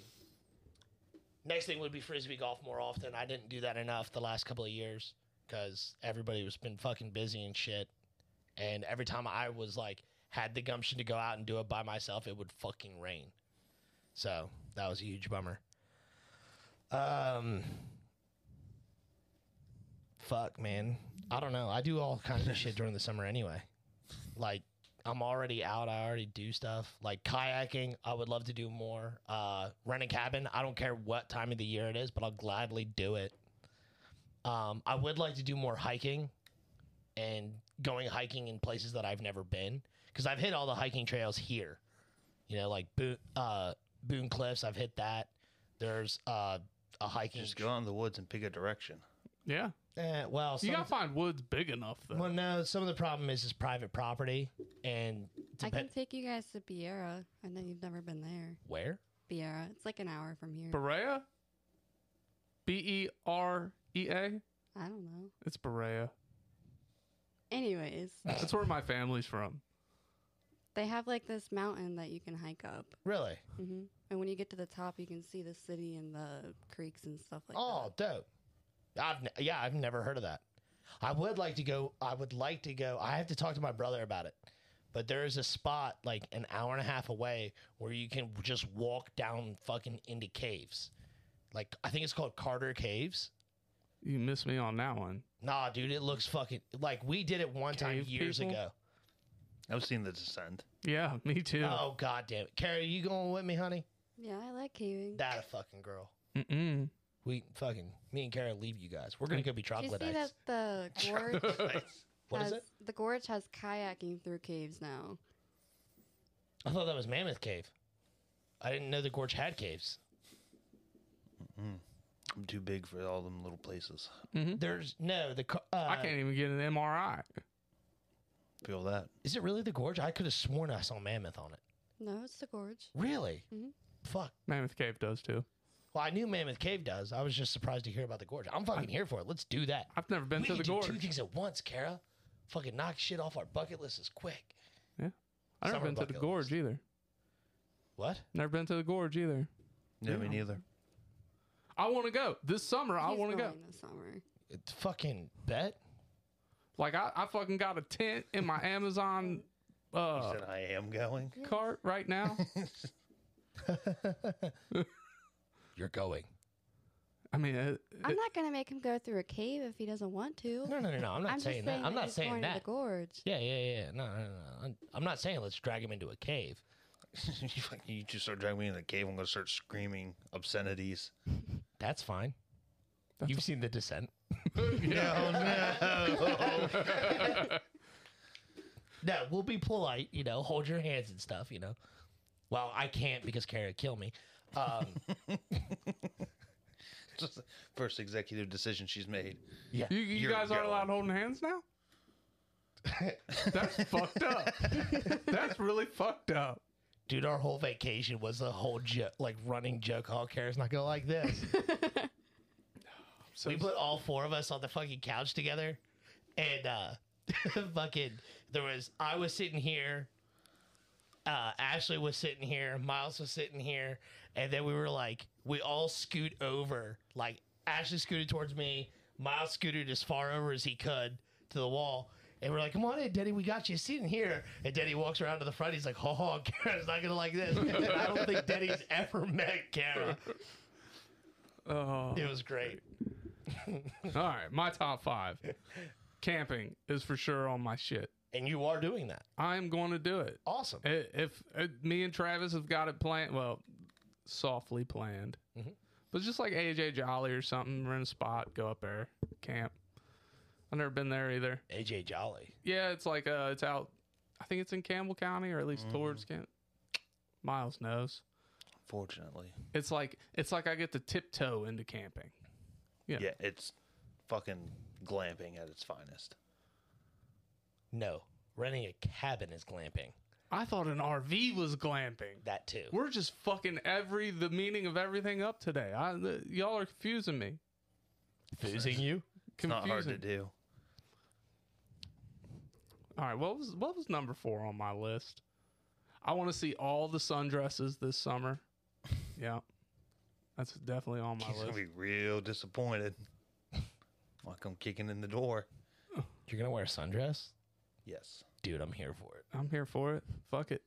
[SPEAKER 2] next thing would be frisbee golf more often. I didn't do that enough the last couple of years because everybody was been fucking busy and shit. And every time I was like, had the gumption to go out and do it by myself, it would fucking rain. So that was a huge bummer. Um, fuck, man. I don't know. I do all kinds of shit during the summer anyway. Like, I'm already out. I already do stuff like kayaking. I would love to do more. Uh, rent a cabin. I don't care what time of the year it is, but I'll gladly do it. Um, I would like to do more hiking and going hiking in places that I've never been because I've hit all the hiking trails here you know, like Boone, uh, Boone Cliffs. I've hit that. There's uh, a hiking.
[SPEAKER 3] Just go out in the woods and pick a direction.
[SPEAKER 1] Yeah.
[SPEAKER 2] Eh, well, some
[SPEAKER 1] You gotta find woods big enough though.
[SPEAKER 2] well, no. Some of the problem is is private property and
[SPEAKER 4] I can
[SPEAKER 2] depend-
[SPEAKER 4] take you guys to Biera. I know you've never been there.
[SPEAKER 2] where
[SPEAKER 4] Biera. It's like an hour from here.
[SPEAKER 1] Berea. B e r e a.
[SPEAKER 4] I don't know.
[SPEAKER 1] It's Berea.
[SPEAKER 4] Anyways,
[SPEAKER 1] That's where my family's from.
[SPEAKER 4] they have like this mountain that you can hike up.
[SPEAKER 2] really?
[SPEAKER 4] hmm And when you get to the top, you can see the city and the creeks and stuff like
[SPEAKER 2] oh, dope. I've ne- yeah, I've never heard of that. I would like to go. I would like to go. I have to talk to my brother about it. But there is a spot like an hour and a half away where you can just walk down fucking into caves. Like I think it's called Carter Caves.
[SPEAKER 1] You missed me on that one.
[SPEAKER 2] Nah, dude, it looks fucking like we did it one time
[SPEAKER 1] Cave
[SPEAKER 2] years
[SPEAKER 1] people?
[SPEAKER 2] ago.
[SPEAKER 3] I've seen the descent.
[SPEAKER 1] Yeah, me too.
[SPEAKER 2] Oh god damn it. Carrie, you going with me, honey?
[SPEAKER 4] that. Yeah, I like caving.
[SPEAKER 2] That a fucking girl.
[SPEAKER 1] Mm-mm.
[SPEAKER 2] We fucking me and Carrie leave you guys. We're gonna go be
[SPEAKER 4] Do you see
[SPEAKER 2] troglodytes.
[SPEAKER 4] that uh, the gorge
[SPEAKER 2] What is
[SPEAKER 4] has
[SPEAKER 2] it?
[SPEAKER 4] the gorge has kayaking through caves now?
[SPEAKER 2] I thought that was Mammoth Cave. I didn't know the gorge had caves.
[SPEAKER 3] I'm too big for all them little places.
[SPEAKER 2] There's no the. co- Uh,
[SPEAKER 1] I can't even get an MRI.
[SPEAKER 3] Feel that.
[SPEAKER 2] Is it really the gorge? I could have sworn I saw Mammoth on it.
[SPEAKER 4] No, it's the gorge.
[SPEAKER 2] Really?
[SPEAKER 4] Mm-hmm.
[SPEAKER 2] Fuck.
[SPEAKER 1] Mammoth Cave does too.
[SPEAKER 2] Well, I knew Mammoth Cave does. I was just surprised to hear about the gorge. I'm fucking here for it. Let's do that.
[SPEAKER 1] I've never been
[SPEAKER 2] we
[SPEAKER 1] to
[SPEAKER 2] can
[SPEAKER 1] the
[SPEAKER 2] do two
[SPEAKER 1] gorge.
[SPEAKER 2] things at once, Kara. Fucking knock shit off our bucket list as quick.
[SPEAKER 1] Yeah, I've never
[SPEAKER 2] Summer
[SPEAKER 1] been to the
[SPEAKER 2] bucket
[SPEAKER 1] gorge
[SPEAKER 2] list.
[SPEAKER 1] either.
[SPEAKER 2] What?
[SPEAKER 1] Never been to the gorge either.
[SPEAKER 3] No, me neither.
[SPEAKER 1] I want to go this summer. I
[SPEAKER 4] He's
[SPEAKER 1] want to go.
[SPEAKER 4] going This summer.
[SPEAKER 2] It's fucking bet.
[SPEAKER 1] Like I, I fucking got a tent in my Amazon uh,
[SPEAKER 3] Said I am going.
[SPEAKER 1] cart right now.
[SPEAKER 2] You're going.
[SPEAKER 1] I mean, it,
[SPEAKER 4] I'm not gonna make him go through a cave if he doesn't want to.
[SPEAKER 2] No, no, no, no. I'm not
[SPEAKER 4] I'm just
[SPEAKER 2] saying that.
[SPEAKER 4] saying
[SPEAKER 2] I'm
[SPEAKER 4] that
[SPEAKER 2] not
[SPEAKER 4] he's
[SPEAKER 2] saying
[SPEAKER 4] going to
[SPEAKER 2] that.
[SPEAKER 4] the gorge.
[SPEAKER 2] Yeah, yeah, yeah. No, no, no. I'm, I'm not saying let's drag him into a cave.
[SPEAKER 3] you, fucking- you just start dragging me in the cave. I'm gonna start screaming obscenities.
[SPEAKER 2] That's fine. You've seen The Descent.
[SPEAKER 3] No, Oh, no.
[SPEAKER 2] No, we'll be polite. You know, hold your hands and stuff. You know. Well, I can't because Kara kill me. Um,
[SPEAKER 3] Just the First executive decision she's made.
[SPEAKER 2] Yeah.
[SPEAKER 1] You, you
[SPEAKER 3] You're
[SPEAKER 1] guys aren't
[SPEAKER 3] going.
[SPEAKER 1] allowed holding hands now? That's fucked up. That's really fucked up.
[SPEAKER 2] Dude, our whole vacation was a whole joke, like running joke. All cares not gonna like this. we put all four of us on the fucking couch together, and uh, fucking there was I was sitting here, uh, Ashley was sitting here, Miles was sitting here, and then we were like, we all scoot over. Like Ashley scooted towards me, Miles scooted as far over as he could to the wall. And we're like, come on in, Denny, we got you sitting here. And Denny walks around to the front. He's like, ho, ho, Kara's not going to like this. I don't think Denny's ever met Kara.
[SPEAKER 1] Oh.
[SPEAKER 2] It was great.
[SPEAKER 1] All right, my top five. Camping is for sure on my shit.
[SPEAKER 2] And you are doing that.
[SPEAKER 1] I am going to do it.
[SPEAKER 2] Awesome.
[SPEAKER 1] I- If, uh me and Travis have got it planned, well, softly planned, but just like AJ Jolly or something, rent a spot, go up there, camp. I've never been there either.
[SPEAKER 2] AJ Jolly.
[SPEAKER 1] Yeah, it's like uh, it's out. I think it's in Campbell County or at least towards Camp. Miles knows.
[SPEAKER 3] Fortunately,
[SPEAKER 1] It's like it's like I get to tiptoe into camping. Yeah.
[SPEAKER 3] yeah, it's fucking glamping at its finest.
[SPEAKER 2] No, renting a cabin is glamping.
[SPEAKER 1] I thought an RV was glamping.
[SPEAKER 2] That too.
[SPEAKER 1] We're just fucking every the meaning of everything up today. I, the, y'all are confusing me.
[SPEAKER 2] Foosing you?
[SPEAKER 3] It's not hard to
[SPEAKER 1] Confusing.
[SPEAKER 3] do.
[SPEAKER 1] All right, what was what was number four on my list? I want to see all the sundresses this summer. yeah, that's definitely on my
[SPEAKER 3] He's gonna
[SPEAKER 1] list.
[SPEAKER 3] be real disappointed. Like I'm kicking in the door.
[SPEAKER 2] You're going to wear a sundress?
[SPEAKER 3] Yes.
[SPEAKER 2] Dude, I'm here for it.
[SPEAKER 1] I'm here for it. Fuck it.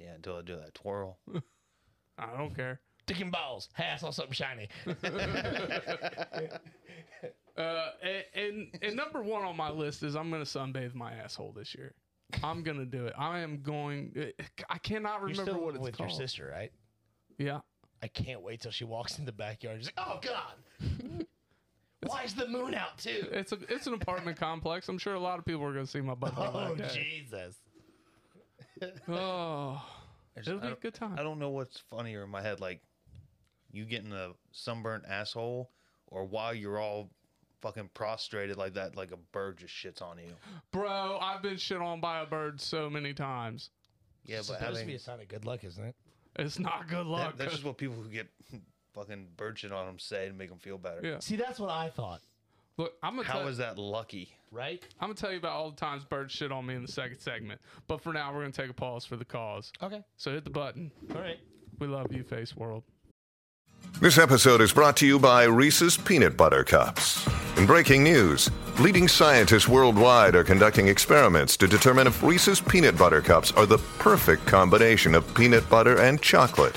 [SPEAKER 3] Yeah, until I do that twirl.
[SPEAKER 1] I don't care.
[SPEAKER 2] Dick and balls. Hass on something shiny.
[SPEAKER 1] Uh, and, and and number one on my list is I'm gonna sunbathe my asshole this year. I'm gonna do it. I am going. I cannot
[SPEAKER 2] You're
[SPEAKER 1] remember
[SPEAKER 2] still
[SPEAKER 1] what it's
[SPEAKER 2] with
[SPEAKER 1] called.
[SPEAKER 2] your sister, right?
[SPEAKER 1] Yeah,
[SPEAKER 2] I can't wait till she walks in the backyard. She's like, "Oh God, why is the moon out too?"
[SPEAKER 1] it's a it's an apartment complex. I'm sure a lot of people are gonna see my butt.
[SPEAKER 2] Oh
[SPEAKER 1] on that day.
[SPEAKER 2] Jesus!
[SPEAKER 1] Oh,
[SPEAKER 3] I just-
[SPEAKER 1] it'll
[SPEAKER 3] I
[SPEAKER 1] be a
[SPEAKER 3] don't-
[SPEAKER 1] good time.
[SPEAKER 3] I don't know what's funnier in my head, like you getting a sunburnt asshole, or while you're all fucking prostrated like that, like a bird just shits on you.
[SPEAKER 1] Bro, I've been shit on by a bird so many times.
[SPEAKER 3] Yeah,
[SPEAKER 2] it's
[SPEAKER 3] but
[SPEAKER 2] supposed to
[SPEAKER 3] having
[SPEAKER 2] be a sign of good luck, isn't it?
[SPEAKER 1] It's not good luck.
[SPEAKER 3] that, that's just what people who get fucking bird shit on them say to make them feel better.
[SPEAKER 1] Yeah.
[SPEAKER 2] See, that's what I thought,
[SPEAKER 1] Look, I'm gonna
[SPEAKER 3] How
[SPEAKER 1] tell,
[SPEAKER 3] is that lucky?
[SPEAKER 2] right?
[SPEAKER 1] I'm gonna tell you about all the times bird shit on me in the second segment. But for now, we're gonna take a pause for the cause.
[SPEAKER 2] Okay,
[SPEAKER 1] So hit the button.
[SPEAKER 2] all right.
[SPEAKER 1] We love you, Face World.
[SPEAKER 7] This episode is brought to you by Reese's Peanut Butter Cups. In breaking news, leading scientists worldwide are conducting experiments to determine if Reese's Peanut Butter Cups are the perfect combination of peanut butter and chocolate.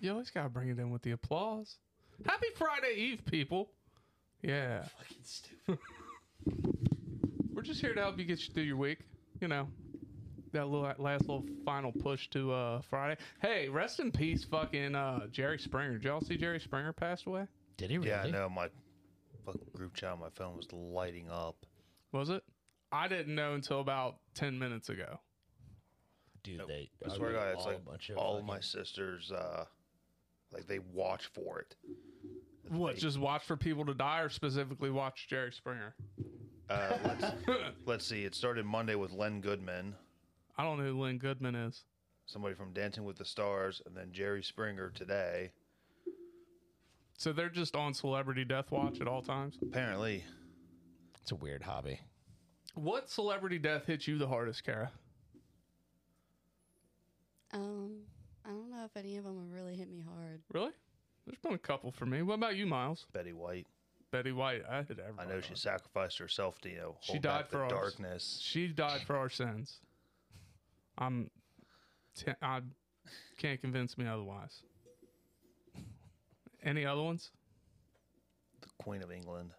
[SPEAKER 1] You always gotta bring it in with the applause. Happy Friday Eve, people. Yeah. Fucking stupid. We're just here to help you get you through your week. You know, that little last little final push to uh, Friday. Hey, rest in peace, fucking uh, Jerry Springer. Did y'all see Jerry Springer passed away?
[SPEAKER 2] Did he really?
[SPEAKER 3] Yeah, I know my fucking group chat on my phone was lighting up.
[SPEAKER 1] Was it? I didn't know until about ten minutes ago.
[SPEAKER 2] Dude, they.
[SPEAKER 3] I swear to God, it's like all of my sisters, uh, like they watch for it.
[SPEAKER 1] What? Just watch for people to die, or specifically watch Jerry Springer?
[SPEAKER 3] Uh, let's, let's see. It started Monday with Len Goodman,
[SPEAKER 1] I don't know who Lynn Goodman is.
[SPEAKER 3] somebody from Dancing with the Stars, and then Jerry Springer today.
[SPEAKER 1] So they're just on Celebrity Death Watch at all times.
[SPEAKER 3] Apparently,
[SPEAKER 2] It's a weird hobby.
[SPEAKER 1] What celebrity death hit you the hardest, Kara?
[SPEAKER 4] Um, I don't know if any of them have really hit me hard.
[SPEAKER 1] Really? There's been a couple for me. What about you, Miles?
[SPEAKER 3] Betty White.
[SPEAKER 1] Betty White. I hit everyone.
[SPEAKER 3] I know she sacrificed herself to you know
[SPEAKER 1] Uh-huh. She
[SPEAKER 3] hold
[SPEAKER 1] died
[SPEAKER 3] back
[SPEAKER 1] for
[SPEAKER 3] the
[SPEAKER 1] ours.
[SPEAKER 3] darkness.
[SPEAKER 1] She died for our sins. I'm. T- I can't convince me otherwise. Any other ones?
[SPEAKER 3] Queen of England.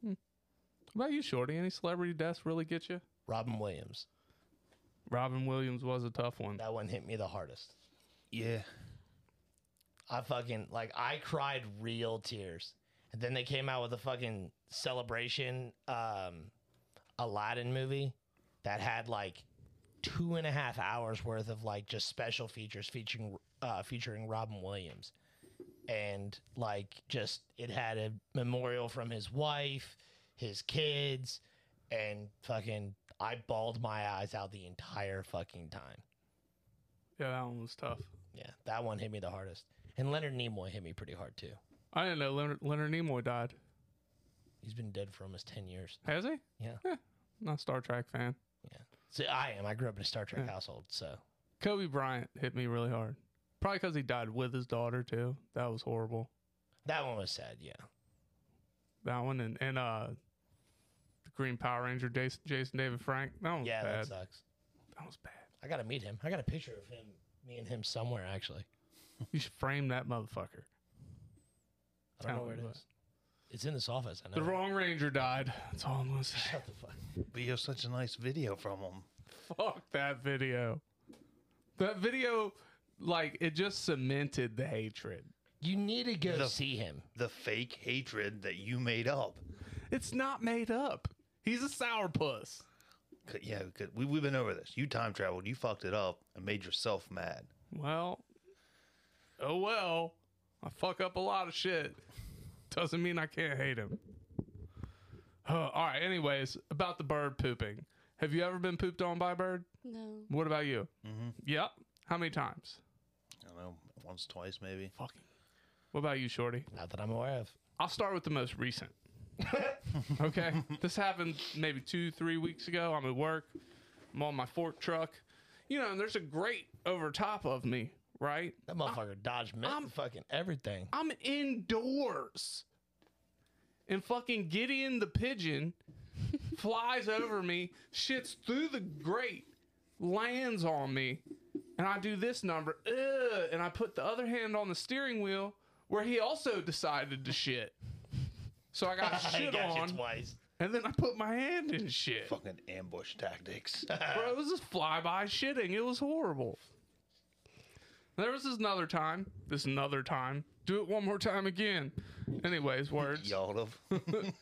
[SPEAKER 1] What about you, Shorty? Any celebrity deaths really get you?
[SPEAKER 2] Robin Williams.
[SPEAKER 1] Robin Williams was a tough one.
[SPEAKER 2] That one hit me the hardest.
[SPEAKER 3] Yeah.
[SPEAKER 2] I fucking like I cried real tears. And then they came out with a fucking celebration um Aladdin movie that had like two and a half hours worth of like just special features featuring uh featuring Robin Williams. And like just it had a memorial from his wife, his kids, and fucking I bawled my eyes out the entire fucking time.
[SPEAKER 1] Yeah, that one was tough.
[SPEAKER 2] Yeah, that one hit me the hardest. And Leonard Nimoy hit me pretty hard too.
[SPEAKER 1] I didn't know Leonard, Leonard Nimoy died.
[SPEAKER 2] He's been dead for almost ten years.
[SPEAKER 1] Has he?
[SPEAKER 2] Yeah,
[SPEAKER 1] Not a Star Trek fan.
[SPEAKER 2] yeah. So I am. I grew up in a Star Trek household, so
[SPEAKER 1] Kobe Bryant hit me really hard. Probably because he died with his daughter too. That was horrible.
[SPEAKER 2] that one was sad. Yeah,
[SPEAKER 1] That one and and uh, the Green Power Ranger Jason, Jason David Frank. That one was
[SPEAKER 2] yeah,
[SPEAKER 1] bad.
[SPEAKER 2] that sucks.
[SPEAKER 1] That was bad.
[SPEAKER 2] I gotta meet him. I got a picture of him, me and him somewhere actually.
[SPEAKER 1] You should frame that motherfucker.
[SPEAKER 2] I don't know where it
[SPEAKER 1] Tell me
[SPEAKER 2] is. It's in this office. I
[SPEAKER 1] The
[SPEAKER 2] know.
[SPEAKER 1] wrong Ranger died. That's all I'm gonna say.
[SPEAKER 2] Shut the fuck.
[SPEAKER 3] But you have such a nice video from him.
[SPEAKER 1] Fuck that video. That video, like, it just cemented the hatred.
[SPEAKER 2] You need to go
[SPEAKER 3] The-
[SPEAKER 2] see him.
[SPEAKER 3] The fake hatred that you made up.
[SPEAKER 1] It's not made up. He's a sourpuss.
[SPEAKER 3] 'Cause- Yeah, 'cause we, we've been over this. You time traveled, you fucked it up, and made yourself mad.
[SPEAKER 1] Well, oh well. I fuck up a lot of shit. Doesn't mean I can't hate him. Huh, all right. Anyways, about the bird pooping. Have you ever been pooped on by a bird?
[SPEAKER 4] No.
[SPEAKER 1] What about you? Mm-hmm. Yep. How many times?
[SPEAKER 3] I don't know, once, twice, maybe.
[SPEAKER 1] Fucking. What about you, Shorty?
[SPEAKER 2] Not that I'm aware of.
[SPEAKER 1] I'll start with the most recent. okay. This happened maybe two, three weeks ago. I'm at work. I'm on my fork truck. You know, and there's a grate over top of me, right?
[SPEAKER 2] That motherfucker dodged me. fucking everything.
[SPEAKER 1] I'm indoors. And fucking Gideon the pigeon flies over me, shits through the grate, lands on me, and I do this number, ugh, and I put the other hand on the steering wheel where he also decided to shit. So I got
[SPEAKER 2] I
[SPEAKER 1] shit
[SPEAKER 2] got
[SPEAKER 1] on,
[SPEAKER 2] you twice.
[SPEAKER 1] and then I put my hand in shit.
[SPEAKER 3] Fucking ambush tactics.
[SPEAKER 1] Bro, it was just flyby shitting. It was horrible. There was this another time. This another time. Do it one more time again. Anyways, words.
[SPEAKER 3] Y'all have.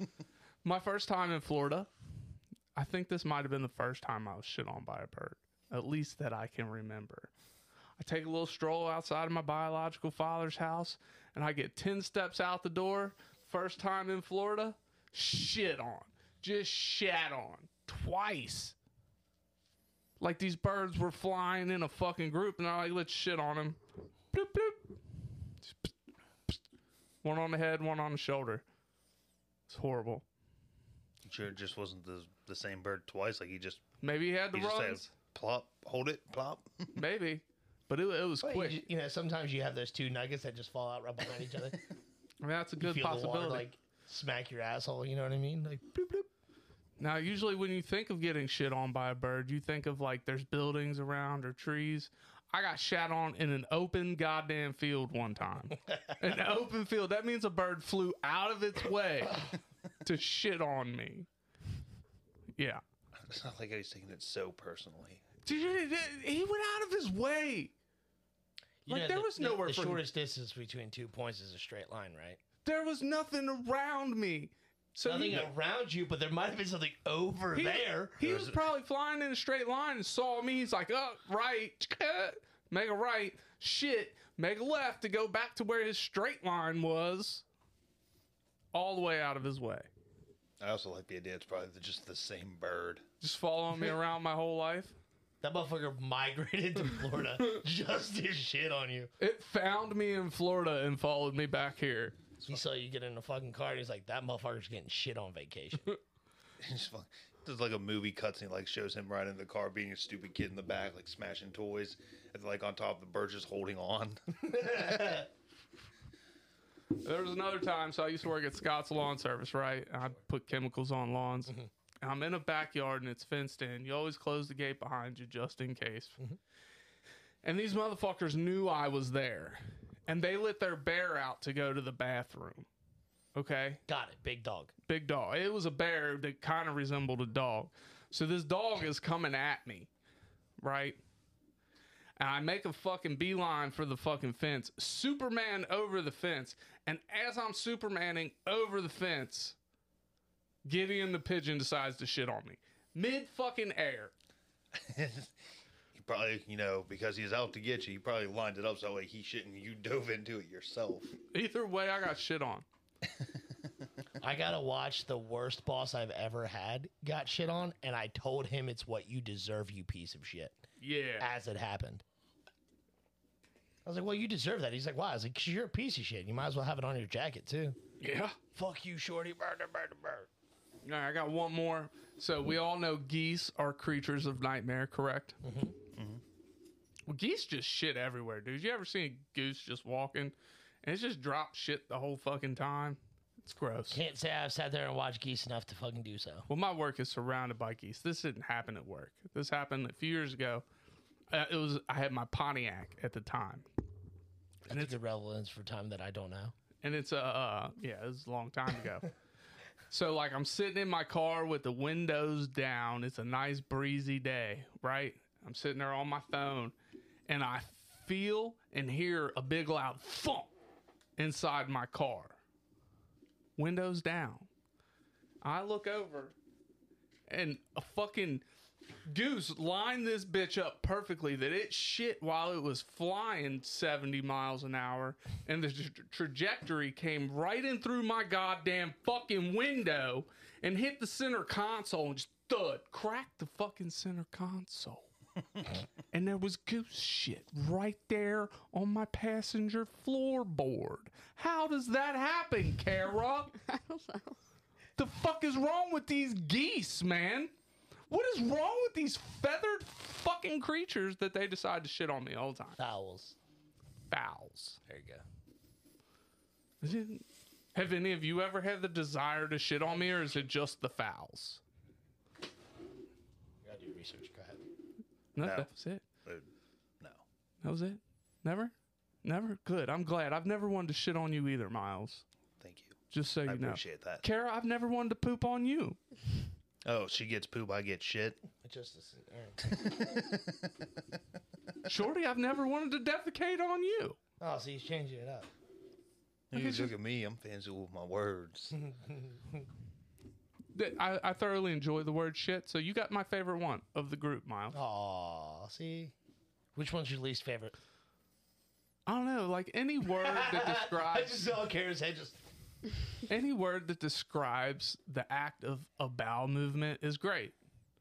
[SPEAKER 1] My first time in Florida. I think this might have been the first time I was shit on by a bird, at least that I can remember. I take a little stroll outside of my biological father's house, and I get 10 steps out the door. First time in Florida, shit on. Just shat on. Twice. Like these birds were flying in a fucking group, and I'm like, let's shit on them. Bloop, bloop. One on the head, one on the shoulder. It's horrible.
[SPEAKER 3] sure, it just wasn't the, the same bird twice. Like, he just,
[SPEAKER 1] Maybe he had the
[SPEAKER 3] he just said,
[SPEAKER 1] runs.
[SPEAKER 3] plop, hold it, plop.
[SPEAKER 1] Maybe. But it, it was
[SPEAKER 2] But
[SPEAKER 1] quick.
[SPEAKER 2] You, you know, sometimes you have those two nuggets that just fall out right behind each other.
[SPEAKER 1] I mean, that's a good
[SPEAKER 2] Feel the
[SPEAKER 1] possibility.
[SPEAKER 2] water like smack your asshole. You know what I mean? Like bloop bloop.
[SPEAKER 1] Now, usually when you think of getting shit on by a bird, you think of like there's buildings around or trees. I got shat on in an open goddamn field one time. an open field. That means a bird flew out of its way to shit on me. Yeah.
[SPEAKER 3] It's not like he's taking it so personally.
[SPEAKER 1] Dude, he went out of his way.
[SPEAKER 2] You
[SPEAKER 1] Like, there was nowhere
[SPEAKER 2] The,
[SPEAKER 1] for him.
[SPEAKER 2] shortest distance between two points is a straight line, right?
[SPEAKER 1] There was nothing around me. So he
[SPEAKER 2] Nothing around you, but there might have been something over
[SPEAKER 1] He-
[SPEAKER 2] there.
[SPEAKER 1] He was probably flying in a straight line and saw me. He's like, up, right, make a right, shit, make a left to go back to where his straight line was, all the way out of his way.
[SPEAKER 3] I also like the idea it's probably the, just the same bird.
[SPEAKER 1] Just following me around my whole life.
[SPEAKER 2] That motherfucker migrated to Florida just to shit on you.
[SPEAKER 1] It found me in Florida and followed me back here.
[SPEAKER 2] He saw you get in a fucking car and he's like, that motherfucker's getting shit on vacation.
[SPEAKER 3] Just like, just like a movie cutscene, like shows him riding in the car, being a stupid kid in the back, like smashing toys, and like on top of the bird just holding on.
[SPEAKER 1] There was another time, so I used to work at Scott's Lawn Service, right? And I put chemicals on lawns. And I'm in a backyard and it's fenced in. You always close the gate behind you just in case. And these motherfuckers knew I was there. and they let their bear out to go to the bathroom. Okay?
[SPEAKER 2] Got it. Big dog.
[SPEAKER 1] big dog. It was a bear that kind of resembled a dog. So this dog is coming at me, right? And I make a fucking beeline for the fucking fence. Superman over the fence. And as I'm Supermaning over the fence, Gideon the pigeon decides to shit on me. Mid fucking air.
[SPEAKER 3] He probably, you know, because he's out to get you, he probably lined it up so like he shouldn't. You dove into it yourself.
[SPEAKER 1] Either way, I got shit on.
[SPEAKER 2] I gotta watch the worst boss I've ever had got shit on, and I told him it's what you deserve, you piece of shit.
[SPEAKER 1] Yeah.
[SPEAKER 2] As it happened, I was like, "Well, you deserve that." He's like, "Why?" I was like, "Cause you're a piece of shit. You might as well have it on your jacket too."
[SPEAKER 1] Yeah.
[SPEAKER 2] Fuck you, shorty. Burn, burn,
[SPEAKER 1] All
[SPEAKER 2] burn.
[SPEAKER 1] right, I got one more. So we all know geese are creatures of nightmare, correct? Mm-hmm. Well, geese just shit everywhere, dude. You ever seen a goose just walking and it just drops shit the whole fucking time? It's gross.
[SPEAKER 2] Can't say I've sat there and watched geese enough to fucking do so.
[SPEAKER 1] Well, my work is surrounded by geese. This didn't happen at work. This happened a few years ago. Uh, it was I had my Pontiac at the time,
[SPEAKER 2] And it's irrelevance for time that I don't know.
[SPEAKER 1] and it's a uh, yeah, it was a long time ago. so like I'm sitting in my car with the windows down. It's a nice breezy day, right? I'm sitting there on my phone, and I feel and hear a big loud thump inside my car. Windows down. I look over, and a fucking goose lined this bitch up perfectly that it shit while it was flying 70 miles an hour and the tra- trajectory came right in through my goddamn fucking window and hit the center console and just thud cracked the fucking center console and there was goose shit right there on my passenger floorboard how does that happen kara
[SPEAKER 4] I don't know.
[SPEAKER 1] the fuck is wrong with these geese, man? What is wrong with these feathered fucking creatures that they decide to shit on me all the time?
[SPEAKER 2] Fowls.
[SPEAKER 1] Fowls.
[SPEAKER 2] There you go.
[SPEAKER 1] Is it- Have any of you ever had the desire to shit on me, or is it just the fowls?
[SPEAKER 2] You gotta do research. Go ahead.
[SPEAKER 1] No,
[SPEAKER 3] No.
[SPEAKER 1] that was it.
[SPEAKER 3] Uh, no,
[SPEAKER 1] That was it. Never, never. Good. I'm glad. I've never wanted to shit on you either, Miles.
[SPEAKER 3] thank you.
[SPEAKER 1] Just so you
[SPEAKER 3] I
[SPEAKER 1] know.
[SPEAKER 3] appreciate that.
[SPEAKER 1] Kara, I've never wanted to poop on you.
[SPEAKER 3] Oh, she gets poop, I get shit.
[SPEAKER 2] It just uh, isn't- all right.
[SPEAKER 1] Shorty, I've never wanted to defecate on you.
[SPEAKER 2] Oh, so he's changing it up.
[SPEAKER 3] You look at me, I'm fancy with my words.
[SPEAKER 1] Th- I, I thoroughly enjoy the word shit, so you got my favorite one of the group, Miles.
[SPEAKER 2] Aw, see? Which one's your least favorite?
[SPEAKER 1] I don't know, like any word that
[SPEAKER 2] I
[SPEAKER 1] describes
[SPEAKER 2] just don't care. His head just.
[SPEAKER 1] any word that describes the act of a bowel movement is great.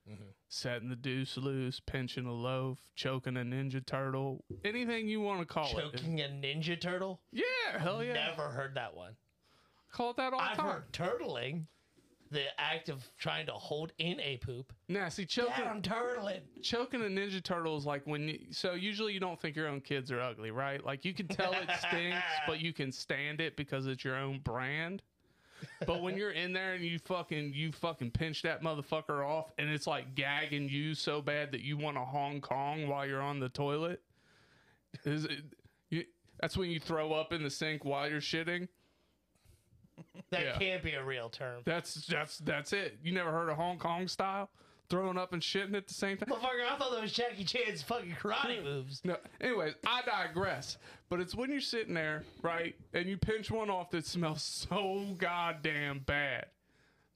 [SPEAKER 2] Mm-hmm.
[SPEAKER 1] Setting the deuce loose, pinching a loaf, choking a ninja turtle, anything you want to call
[SPEAKER 2] Oh,
[SPEAKER 1] it.
[SPEAKER 2] Choking a ninja turtle?
[SPEAKER 1] Yeah,
[SPEAKER 2] Oh,
[SPEAKER 1] hell yeah.
[SPEAKER 2] Never heard that one.
[SPEAKER 1] Call it that all the
[SPEAKER 2] I've
[SPEAKER 1] time.
[SPEAKER 2] heard turtling, the act of trying to hold in a poop.
[SPEAKER 1] Nah, see, choking
[SPEAKER 2] Dad, I'm turtling.
[SPEAKER 1] choking a ninja turtle is like when you, so usually you don't think your own kids are ugly, right? Like you can tell it stinks, but you can stand it because it's your own brand. But when you're in there and you fucking you fucking pinch that motherfucker off and it's like gagging you so bad that you want to Hong Kong while you're on the toilet, is it, you, that's when you throw up in the sink while you're shitting.
[SPEAKER 2] That
[SPEAKER 1] Yeah.
[SPEAKER 2] can't be a real term.
[SPEAKER 1] That's that's that's it. You never heard of Hong Kong style throwing up and shitting at the same time.
[SPEAKER 2] Motherfucker, I thought that was Jackie Chan's fucking
[SPEAKER 1] Hmm.
[SPEAKER 2] karate moves.
[SPEAKER 1] No. Anyways, I digress. But it's when you're sitting there, right, and you pinch one off that smells so goddamn bad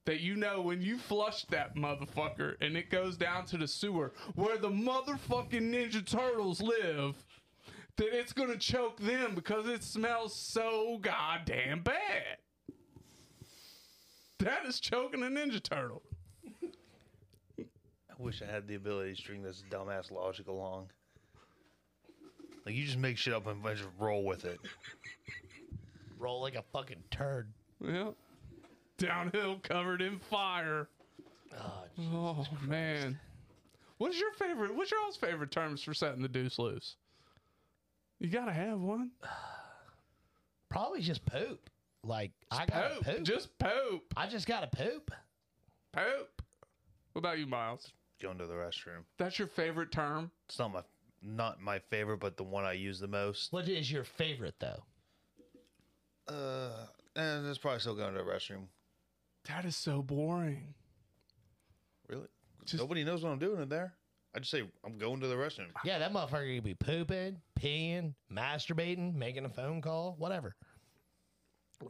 [SPEAKER 1] that you know when you flush that motherfucker and it goes down to the sewer where the motherfucking Ninja Turtles live, that it's gonna choke them because it smells so goddamn bad. That is choking a Ninja Turtle.
[SPEAKER 3] I wish I had the ability to string this dumbass logic along. Like you just make shit up and just roll with it.
[SPEAKER 2] Roll like a fucking turd.
[SPEAKER 1] Yep. Downhill covered in fire.
[SPEAKER 2] Oh,
[SPEAKER 1] Oh man. What's your favorite what's your all's favorite terms for setting the deuce loose? You gotta have one.
[SPEAKER 2] Probably just poop. Like, I gotta
[SPEAKER 1] Pope.
[SPEAKER 2] poop.
[SPEAKER 1] Just pope.
[SPEAKER 2] I just gotta poop.
[SPEAKER 1] Pope. What about you, Miles?
[SPEAKER 3] Going to the restroom.
[SPEAKER 1] That's your favorite term?
[SPEAKER 3] It's not my not my favorite, but the one I use the most.
[SPEAKER 8] What is your favorite though?
[SPEAKER 3] Uh, and it's probably still going to the restroom.
[SPEAKER 1] That is so boring.
[SPEAKER 3] Really?
[SPEAKER 1] Just-
[SPEAKER 3] Nobody knows what I'm doing in there. I just say I'm going to the restroom.
[SPEAKER 8] Yeah, that motherfucker could be pooping, peeing, masturbating, making a phone call, whatever.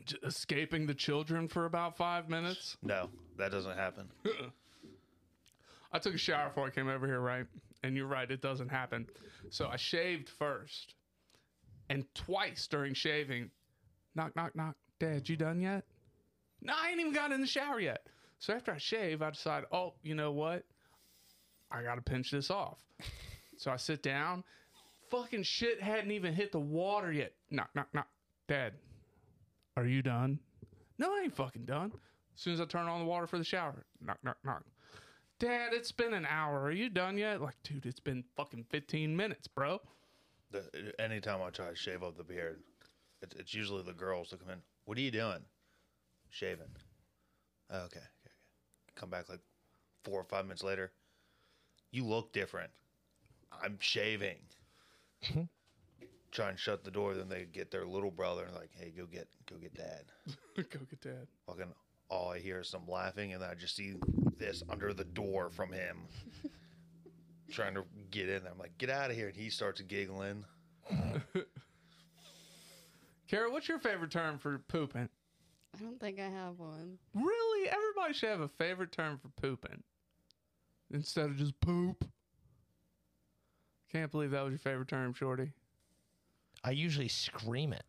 [SPEAKER 1] J- escaping the children for about five minutes.
[SPEAKER 3] No, that doesn't happen.
[SPEAKER 1] I took a shower before I came over here, right? And you're right, it doesn't happen. So I shaved first. And twice during shaving, knock, knock, knock. Dad, you done yet? No, I ain't even got in the shower yet. So after I shave, I decide, oh, you know what? I gotta pinch this off. so I sit down. Fucking shit hadn't even hit the water yet. Knock, knock, knock. Dad, are you done? No, I ain't fucking done. As soon as I turn on the water for the shower, knock, knock, knock. Dad, it's been an hour. Are you done yet? Like, dude, it's been fucking 15 minutes, bro.
[SPEAKER 3] The, anytime I try to shave up the beard, it's, it's usually the girls that come in. What are you doing? Shaving. "Oh, okay, okay, okay. Come back like four or five minutes later. You look different. I'm shaving. try and shut the door. Then they get their little brother and like, hey, go get, go get dad.
[SPEAKER 1] Go get dad.
[SPEAKER 3] Fucking. All I hear is some laughing, and then I just see this under the door from him, trying to get in. I'm like, get out of here, and he starts giggling.
[SPEAKER 1] Kara, what's your favorite term for pooping?
[SPEAKER 4] I don't think I have one.
[SPEAKER 1] Really? Everybody should have a favorite term for pooping instead of just poop. Can't believe that was your favorite term, Shorty.
[SPEAKER 8] I usually scream it.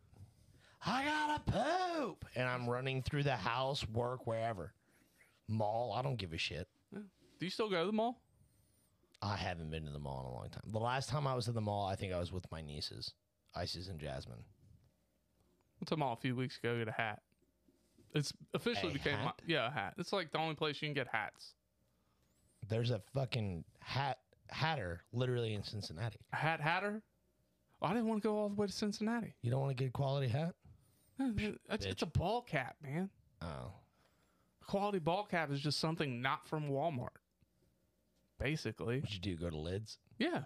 [SPEAKER 8] I gotta poop, and I'm running through the house, work, wherever, mall. I don't give a shit.
[SPEAKER 1] Do you still go to the mall?
[SPEAKER 8] I haven't been to the mall in a long time. The last time I was at the mall, I think I was with my nieces, Isis and Jasmine.
[SPEAKER 1] Went to the mall a few weeks ago, get a hat. It's officially
[SPEAKER 8] A
[SPEAKER 1] became my
[SPEAKER 8] hat?
[SPEAKER 1] yeah, a hat. It's like the only place you can get hats.
[SPEAKER 8] There's a fucking hat hatter literally in Cincinnati.
[SPEAKER 1] A hat hatter? Oh, I didn't want to go all the way to Cincinnati.
[SPEAKER 8] You don't want a good quality hat?
[SPEAKER 1] It's, it's a ball cap, man.
[SPEAKER 8] Oh.
[SPEAKER 1] quality ball cap is just something not from Walmart. Basically.
[SPEAKER 8] Would you do go to Lids?
[SPEAKER 1] Yeah.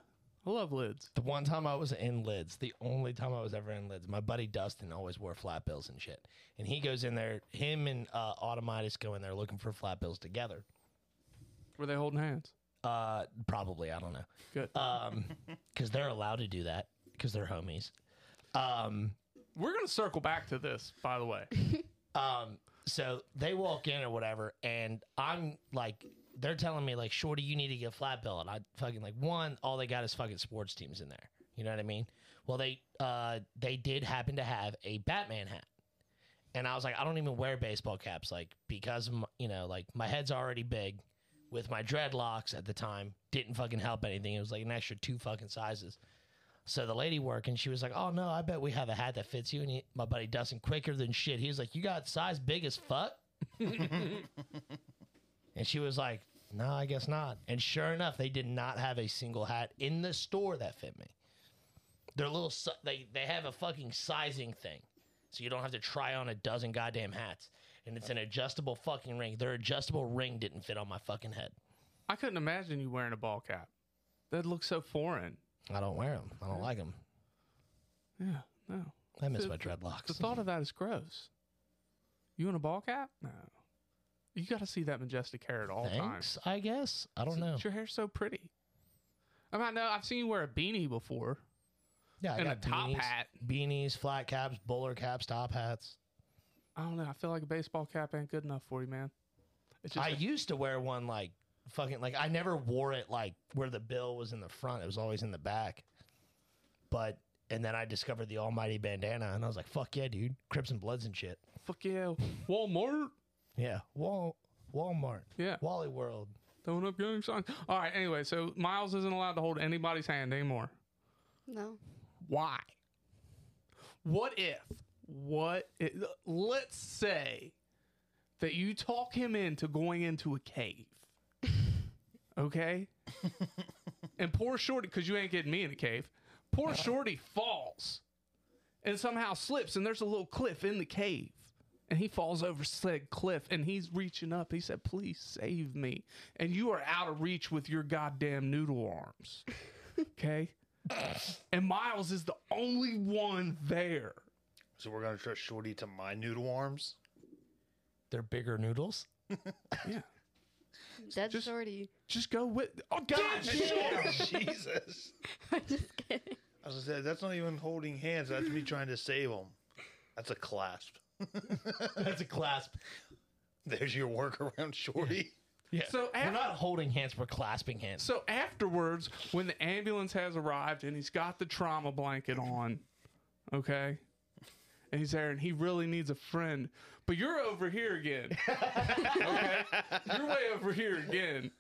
[SPEAKER 1] I love lids.
[SPEAKER 8] The one time I was in lids, the only time I was ever in lids, my buddy Dustin always wore flat bills and shit. And he goes in there, him and uh, Automitis go in there looking for flat bills together.
[SPEAKER 1] Were they holding hands?
[SPEAKER 8] Uh, probably, I don't know.
[SPEAKER 1] Good.
[SPEAKER 8] Um, because they're allowed to do that because they're homies. Um,
[SPEAKER 1] We're gonna circle back to this, by the way.
[SPEAKER 8] Um, so they walk in or whatever, and I'm like, they're telling me like, Shorty, you need to get flat bill, and I fucking like one, all they got is fucking sports teams in there. You know what I mean? Well, they uh they did happen to have a Batman hat, and I was like, I don't even wear baseball caps, like because m- you know, like my head's already big. With my dreadlocks at the time, didn't fucking help anything. It was like an extra two fucking sizes. So the lady working, she was like, "Oh no, I bet we have a hat that fits you." And he, my buddy Dustin, quicker than shit, he was like, "You got size big as fuck." and she was like, "No, I guess not." And sure enough, they did not have a single hat in the store that fit me. They're little. si- They they have a fucking sizing thing, so you don't have to try on a dozen goddamn hats. And it's an adjustable fucking ring. Their adjustable ring didn't fit on my fucking head.
[SPEAKER 1] I couldn't imagine you wearing a ball cap. That looks so foreign.
[SPEAKER 8] I don't wear them. I don't like them.
[SPEAKER 1] Yeah, no.
[SPEAKER 8] I miss
[SPEAKER 1] The-
[SPEAKER 8] my
[SPEAKER 1] The
[SPEAKER 8] dreadlocks.
[SPEAKER 1] thought of that is gross. You in a ball cap? No. You gotta see that majestic hair at all times.
[SPEAKER 8] Thanks, I guess. I don't know.
[SPEAKER 1] Your hair's so pretty. I mean, I know I've seen you wear a beanie before.
[SPEAKER 8] Yeah, I
[SPEAKER 1] and
[SPEAKER 8] got
[SPEAKER 1] a top
[SPEAKER 8] beanies,
[SPEAKER 1] hat.
[SPEAKER 8] beanies, flat caps, bowler caps, top hats.
[SPEAKER 1] I don't know. I feel like a baseball cap ain't good enough for you, man. It's just
[SPEAKER 8] I used to wear one like fucking like I never wore it like where the bill was in the front; it was always in the back. But and then I discovered the almighty bandana, and I was like, "Fuck yeah, dude! Crips and Bloods and shit."
[SPEAKER 1] fuck yeah, Walmart.
[SPEAKER 8] Yeah, Wal Walmart.
[SPEAKER 1] Yeah.
[SPEAKER 8] Wally World.
[SPEAKER 1] Throwing up gang signs. All right. Anyway, so Miles isn't allowed to hold anybody's hand anymore.
[SPEAKER 4] No.
[SPEAKER 1] Why? What if? What? If, let's say that you talk him into going into a cave. Okay. and poor Shorty, because you ain't getting me in a cave. Poor Shorty falls and somehow slips, and there's a little cliff in the cave. And he falls over said cliff and he's reaching up. He said, Please save me. And you are out of reach with your goddamn noodle arms. Okay? and Miles is the only one there.
[SPEAKER 3] So we're gonna trust Shorty to my noodle arms.
[SPEAKER 8] They're bigger noodles.
[SPEAKER 1] Yeah.
[SPEAKER 4] Dead
[SPEAKER 1] Just-
[SPEAKER 4] shorty.
[SPEAKER 1] Just go with. Oh, God.
[SPEAKER 3] Jesus.
[SPEAKER 4] I'm just kidding.
[SPEAKER 3] As I said, that's not even holding hands. That's me trying to save them. That's a clasp.
[SPEAKER 8] That's a clasp.
[SPEAKER 3] There's your workaround, Shorty.
[SPEAKER 8] Yeah.
[SPEAKER 1] So
[SPEAKER 8] we're
[SPEAKER 1] af-
[SPEAKER 8] not holding hands. We're clasping hands.
[SPEAKER 1] So afterwards, when the ambulance has arrived and he's got the trauma blanket on, okay, and he's there and he really needs a friend, but you're over here again. Okay, you're way over here again.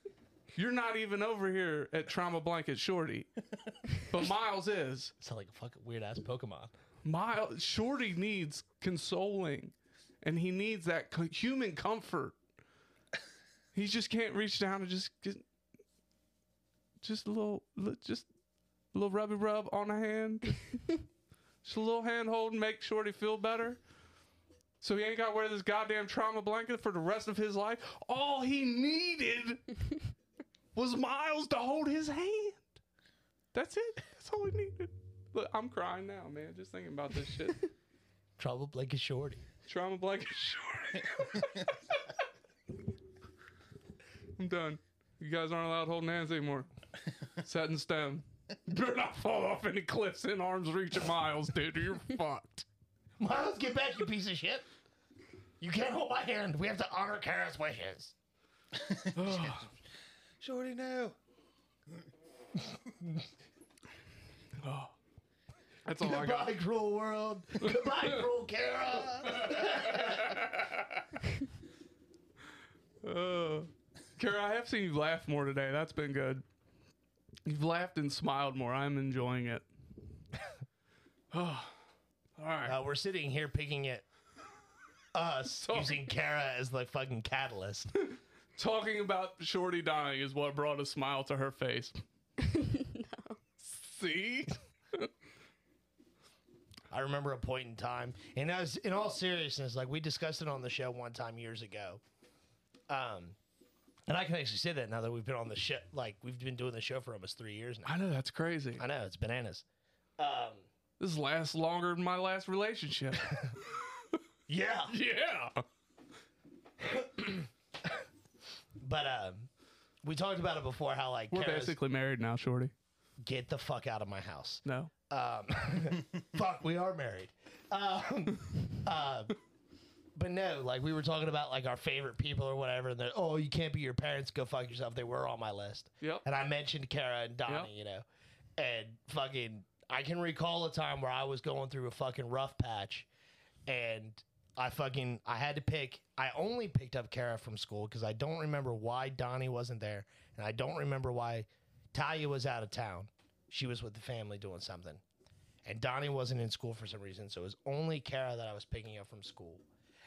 [SPEAKER 1] You're not even over here at Trauma Blanket Shorty, but Miles is.
[SPEAKER 8] Sound like a fucking weird ass Pokemon.
[SPEAKER 1] Miles Shorty needs consoling, and he needs that co- human comfort. He just can't reach down and just get just a little, li- just a little rubby rub on the hand, just a little hand hold and make Shorty feel better. So he ain't got to wear this goddamn trauma blanket for the rest of his life. All he needed was Miles to hold his hand. That's it. That's all he needed. Look, I'm crying now, man. Just thinking about this shit.
[SPEAKER 8] Trouble like a shorty.
[SPEAKER 1] Trauma blanket short. I'm done. You guys aren't allowed holding hands anymore. Set in stone. Better not fall off any cliffs in arms reach of miles, dude, or you're fucked.
[SPEAKER 8] Miles, get back, you piece of shit. You can't hold my hand. We have to honor Kara's wishes.
[SPEAKER 3] Shorty, no.
[SPEAKER 1] That's all I got.
[SPEAKER 8] Goodbye, cruel world. Goodbye, cruel Kara.
[SPEAKER 1] Uh, Kara, I have seen you laugh more today. That's been good. You've laughed and smiled more. I'm enjoying it. Oh, all right.
[SPEAKER 8] Uh, we're sitting here picking at us using Kara as the fucking catalyst.
[SPEAKER 1] Talking about Shorty dying is what brought a smile to her face. See?
[SPEAKER 8] I remember a point in time, and as in all seriousness, like we discussed it on the show one time years ago. Um, and I can actually say that now that we've been on the show, like we've been doing the show for almost three years now.
[SPEAKER 1] I know that's crazy.
[SPEAKER 8] I know it's bananas.
[SPEAKER 1] This lasts longer than my last relationship.
[SPEAKER 8] Yeah,
[SPEAKER 1] yeah.
[SPEAKER 8] but um, we talked about it before. How like
[SPEAKER 1] We're
[SPEAKER 8] Kara's,
[SPEAKER 1] basically married now, Shorty.
[SPEAKER 8] get the fuck out of my house.
[SPEAKER 1] No.
[SPEAKER 8] Um, fuck, we are married. Um, uh, but no, like we were talking about like our favorite people or whatever, and they're oh you can't be your parents, go fuck yourself. They were on my list.
[SPEAKER 1] Yep.
[SPEAKER 8] And I mentioned Kara and Donnie,
[SPEAKER 1] Yep.
[SPEAKER 8] you know, and fucking I can recall a time where I was going through a fucking rough patch, and I fucking I had to pick. I only picked up Kara from school because I don't remember why Donnie wasn't there, and I don't remember why Talia was out of town. She was with the family doing something and Donnie wasn't in school for some reason, so it was only Kara that I was picking up from school.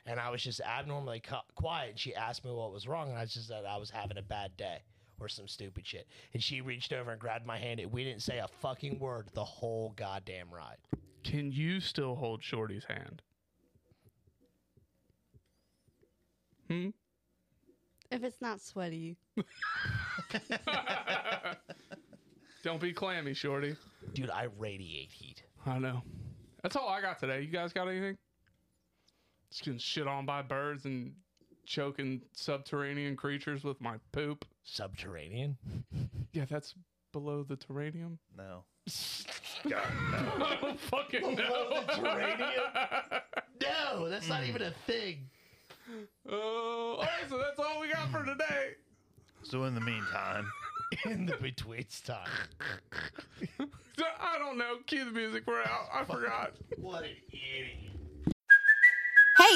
[SPEAKER 8] And I was just abnormally cu- quiet. And she asked me what was wrong, and I just said I was having a bad day or some stupid shit. And she reached over and grabbed my hand, and we didn't say a fucking word the whole goddamn ride.
[SPEAKER 1] Can you still hold Shorty's hand?
[SPEAKER 4] If it's not sweaty,
[SPEAKER 1] Don't be clammy, Shorty.
[SPEAKER 8] Dude, I radiate heat.
[SPEAKER 1] I know. That's all I got today. You guys got anything? Just getting shit on by birds and choking subterranean creatures with my poop.
[SPEAKER 8] Subterranean?
[SPEAKER 1] Yeah, that's below the terranium.
[SPEAKER 3] No.
[SPEAKER 1] I don't fucking know.
[SPEAKER 8] Subterranean? no, that's not even a thing.
[SPEAKER 1] Oh, all right, so that's all we got for today.
[SPEAKER 3] So in the meantime,
[SPEAKER 8] In the betweens time.
[SPEAKER 1] So, I don't know. Cue the music. We're out. I forgot.
[SPEAKER 8] What an idiot.
[SPEAKER 9] Hey,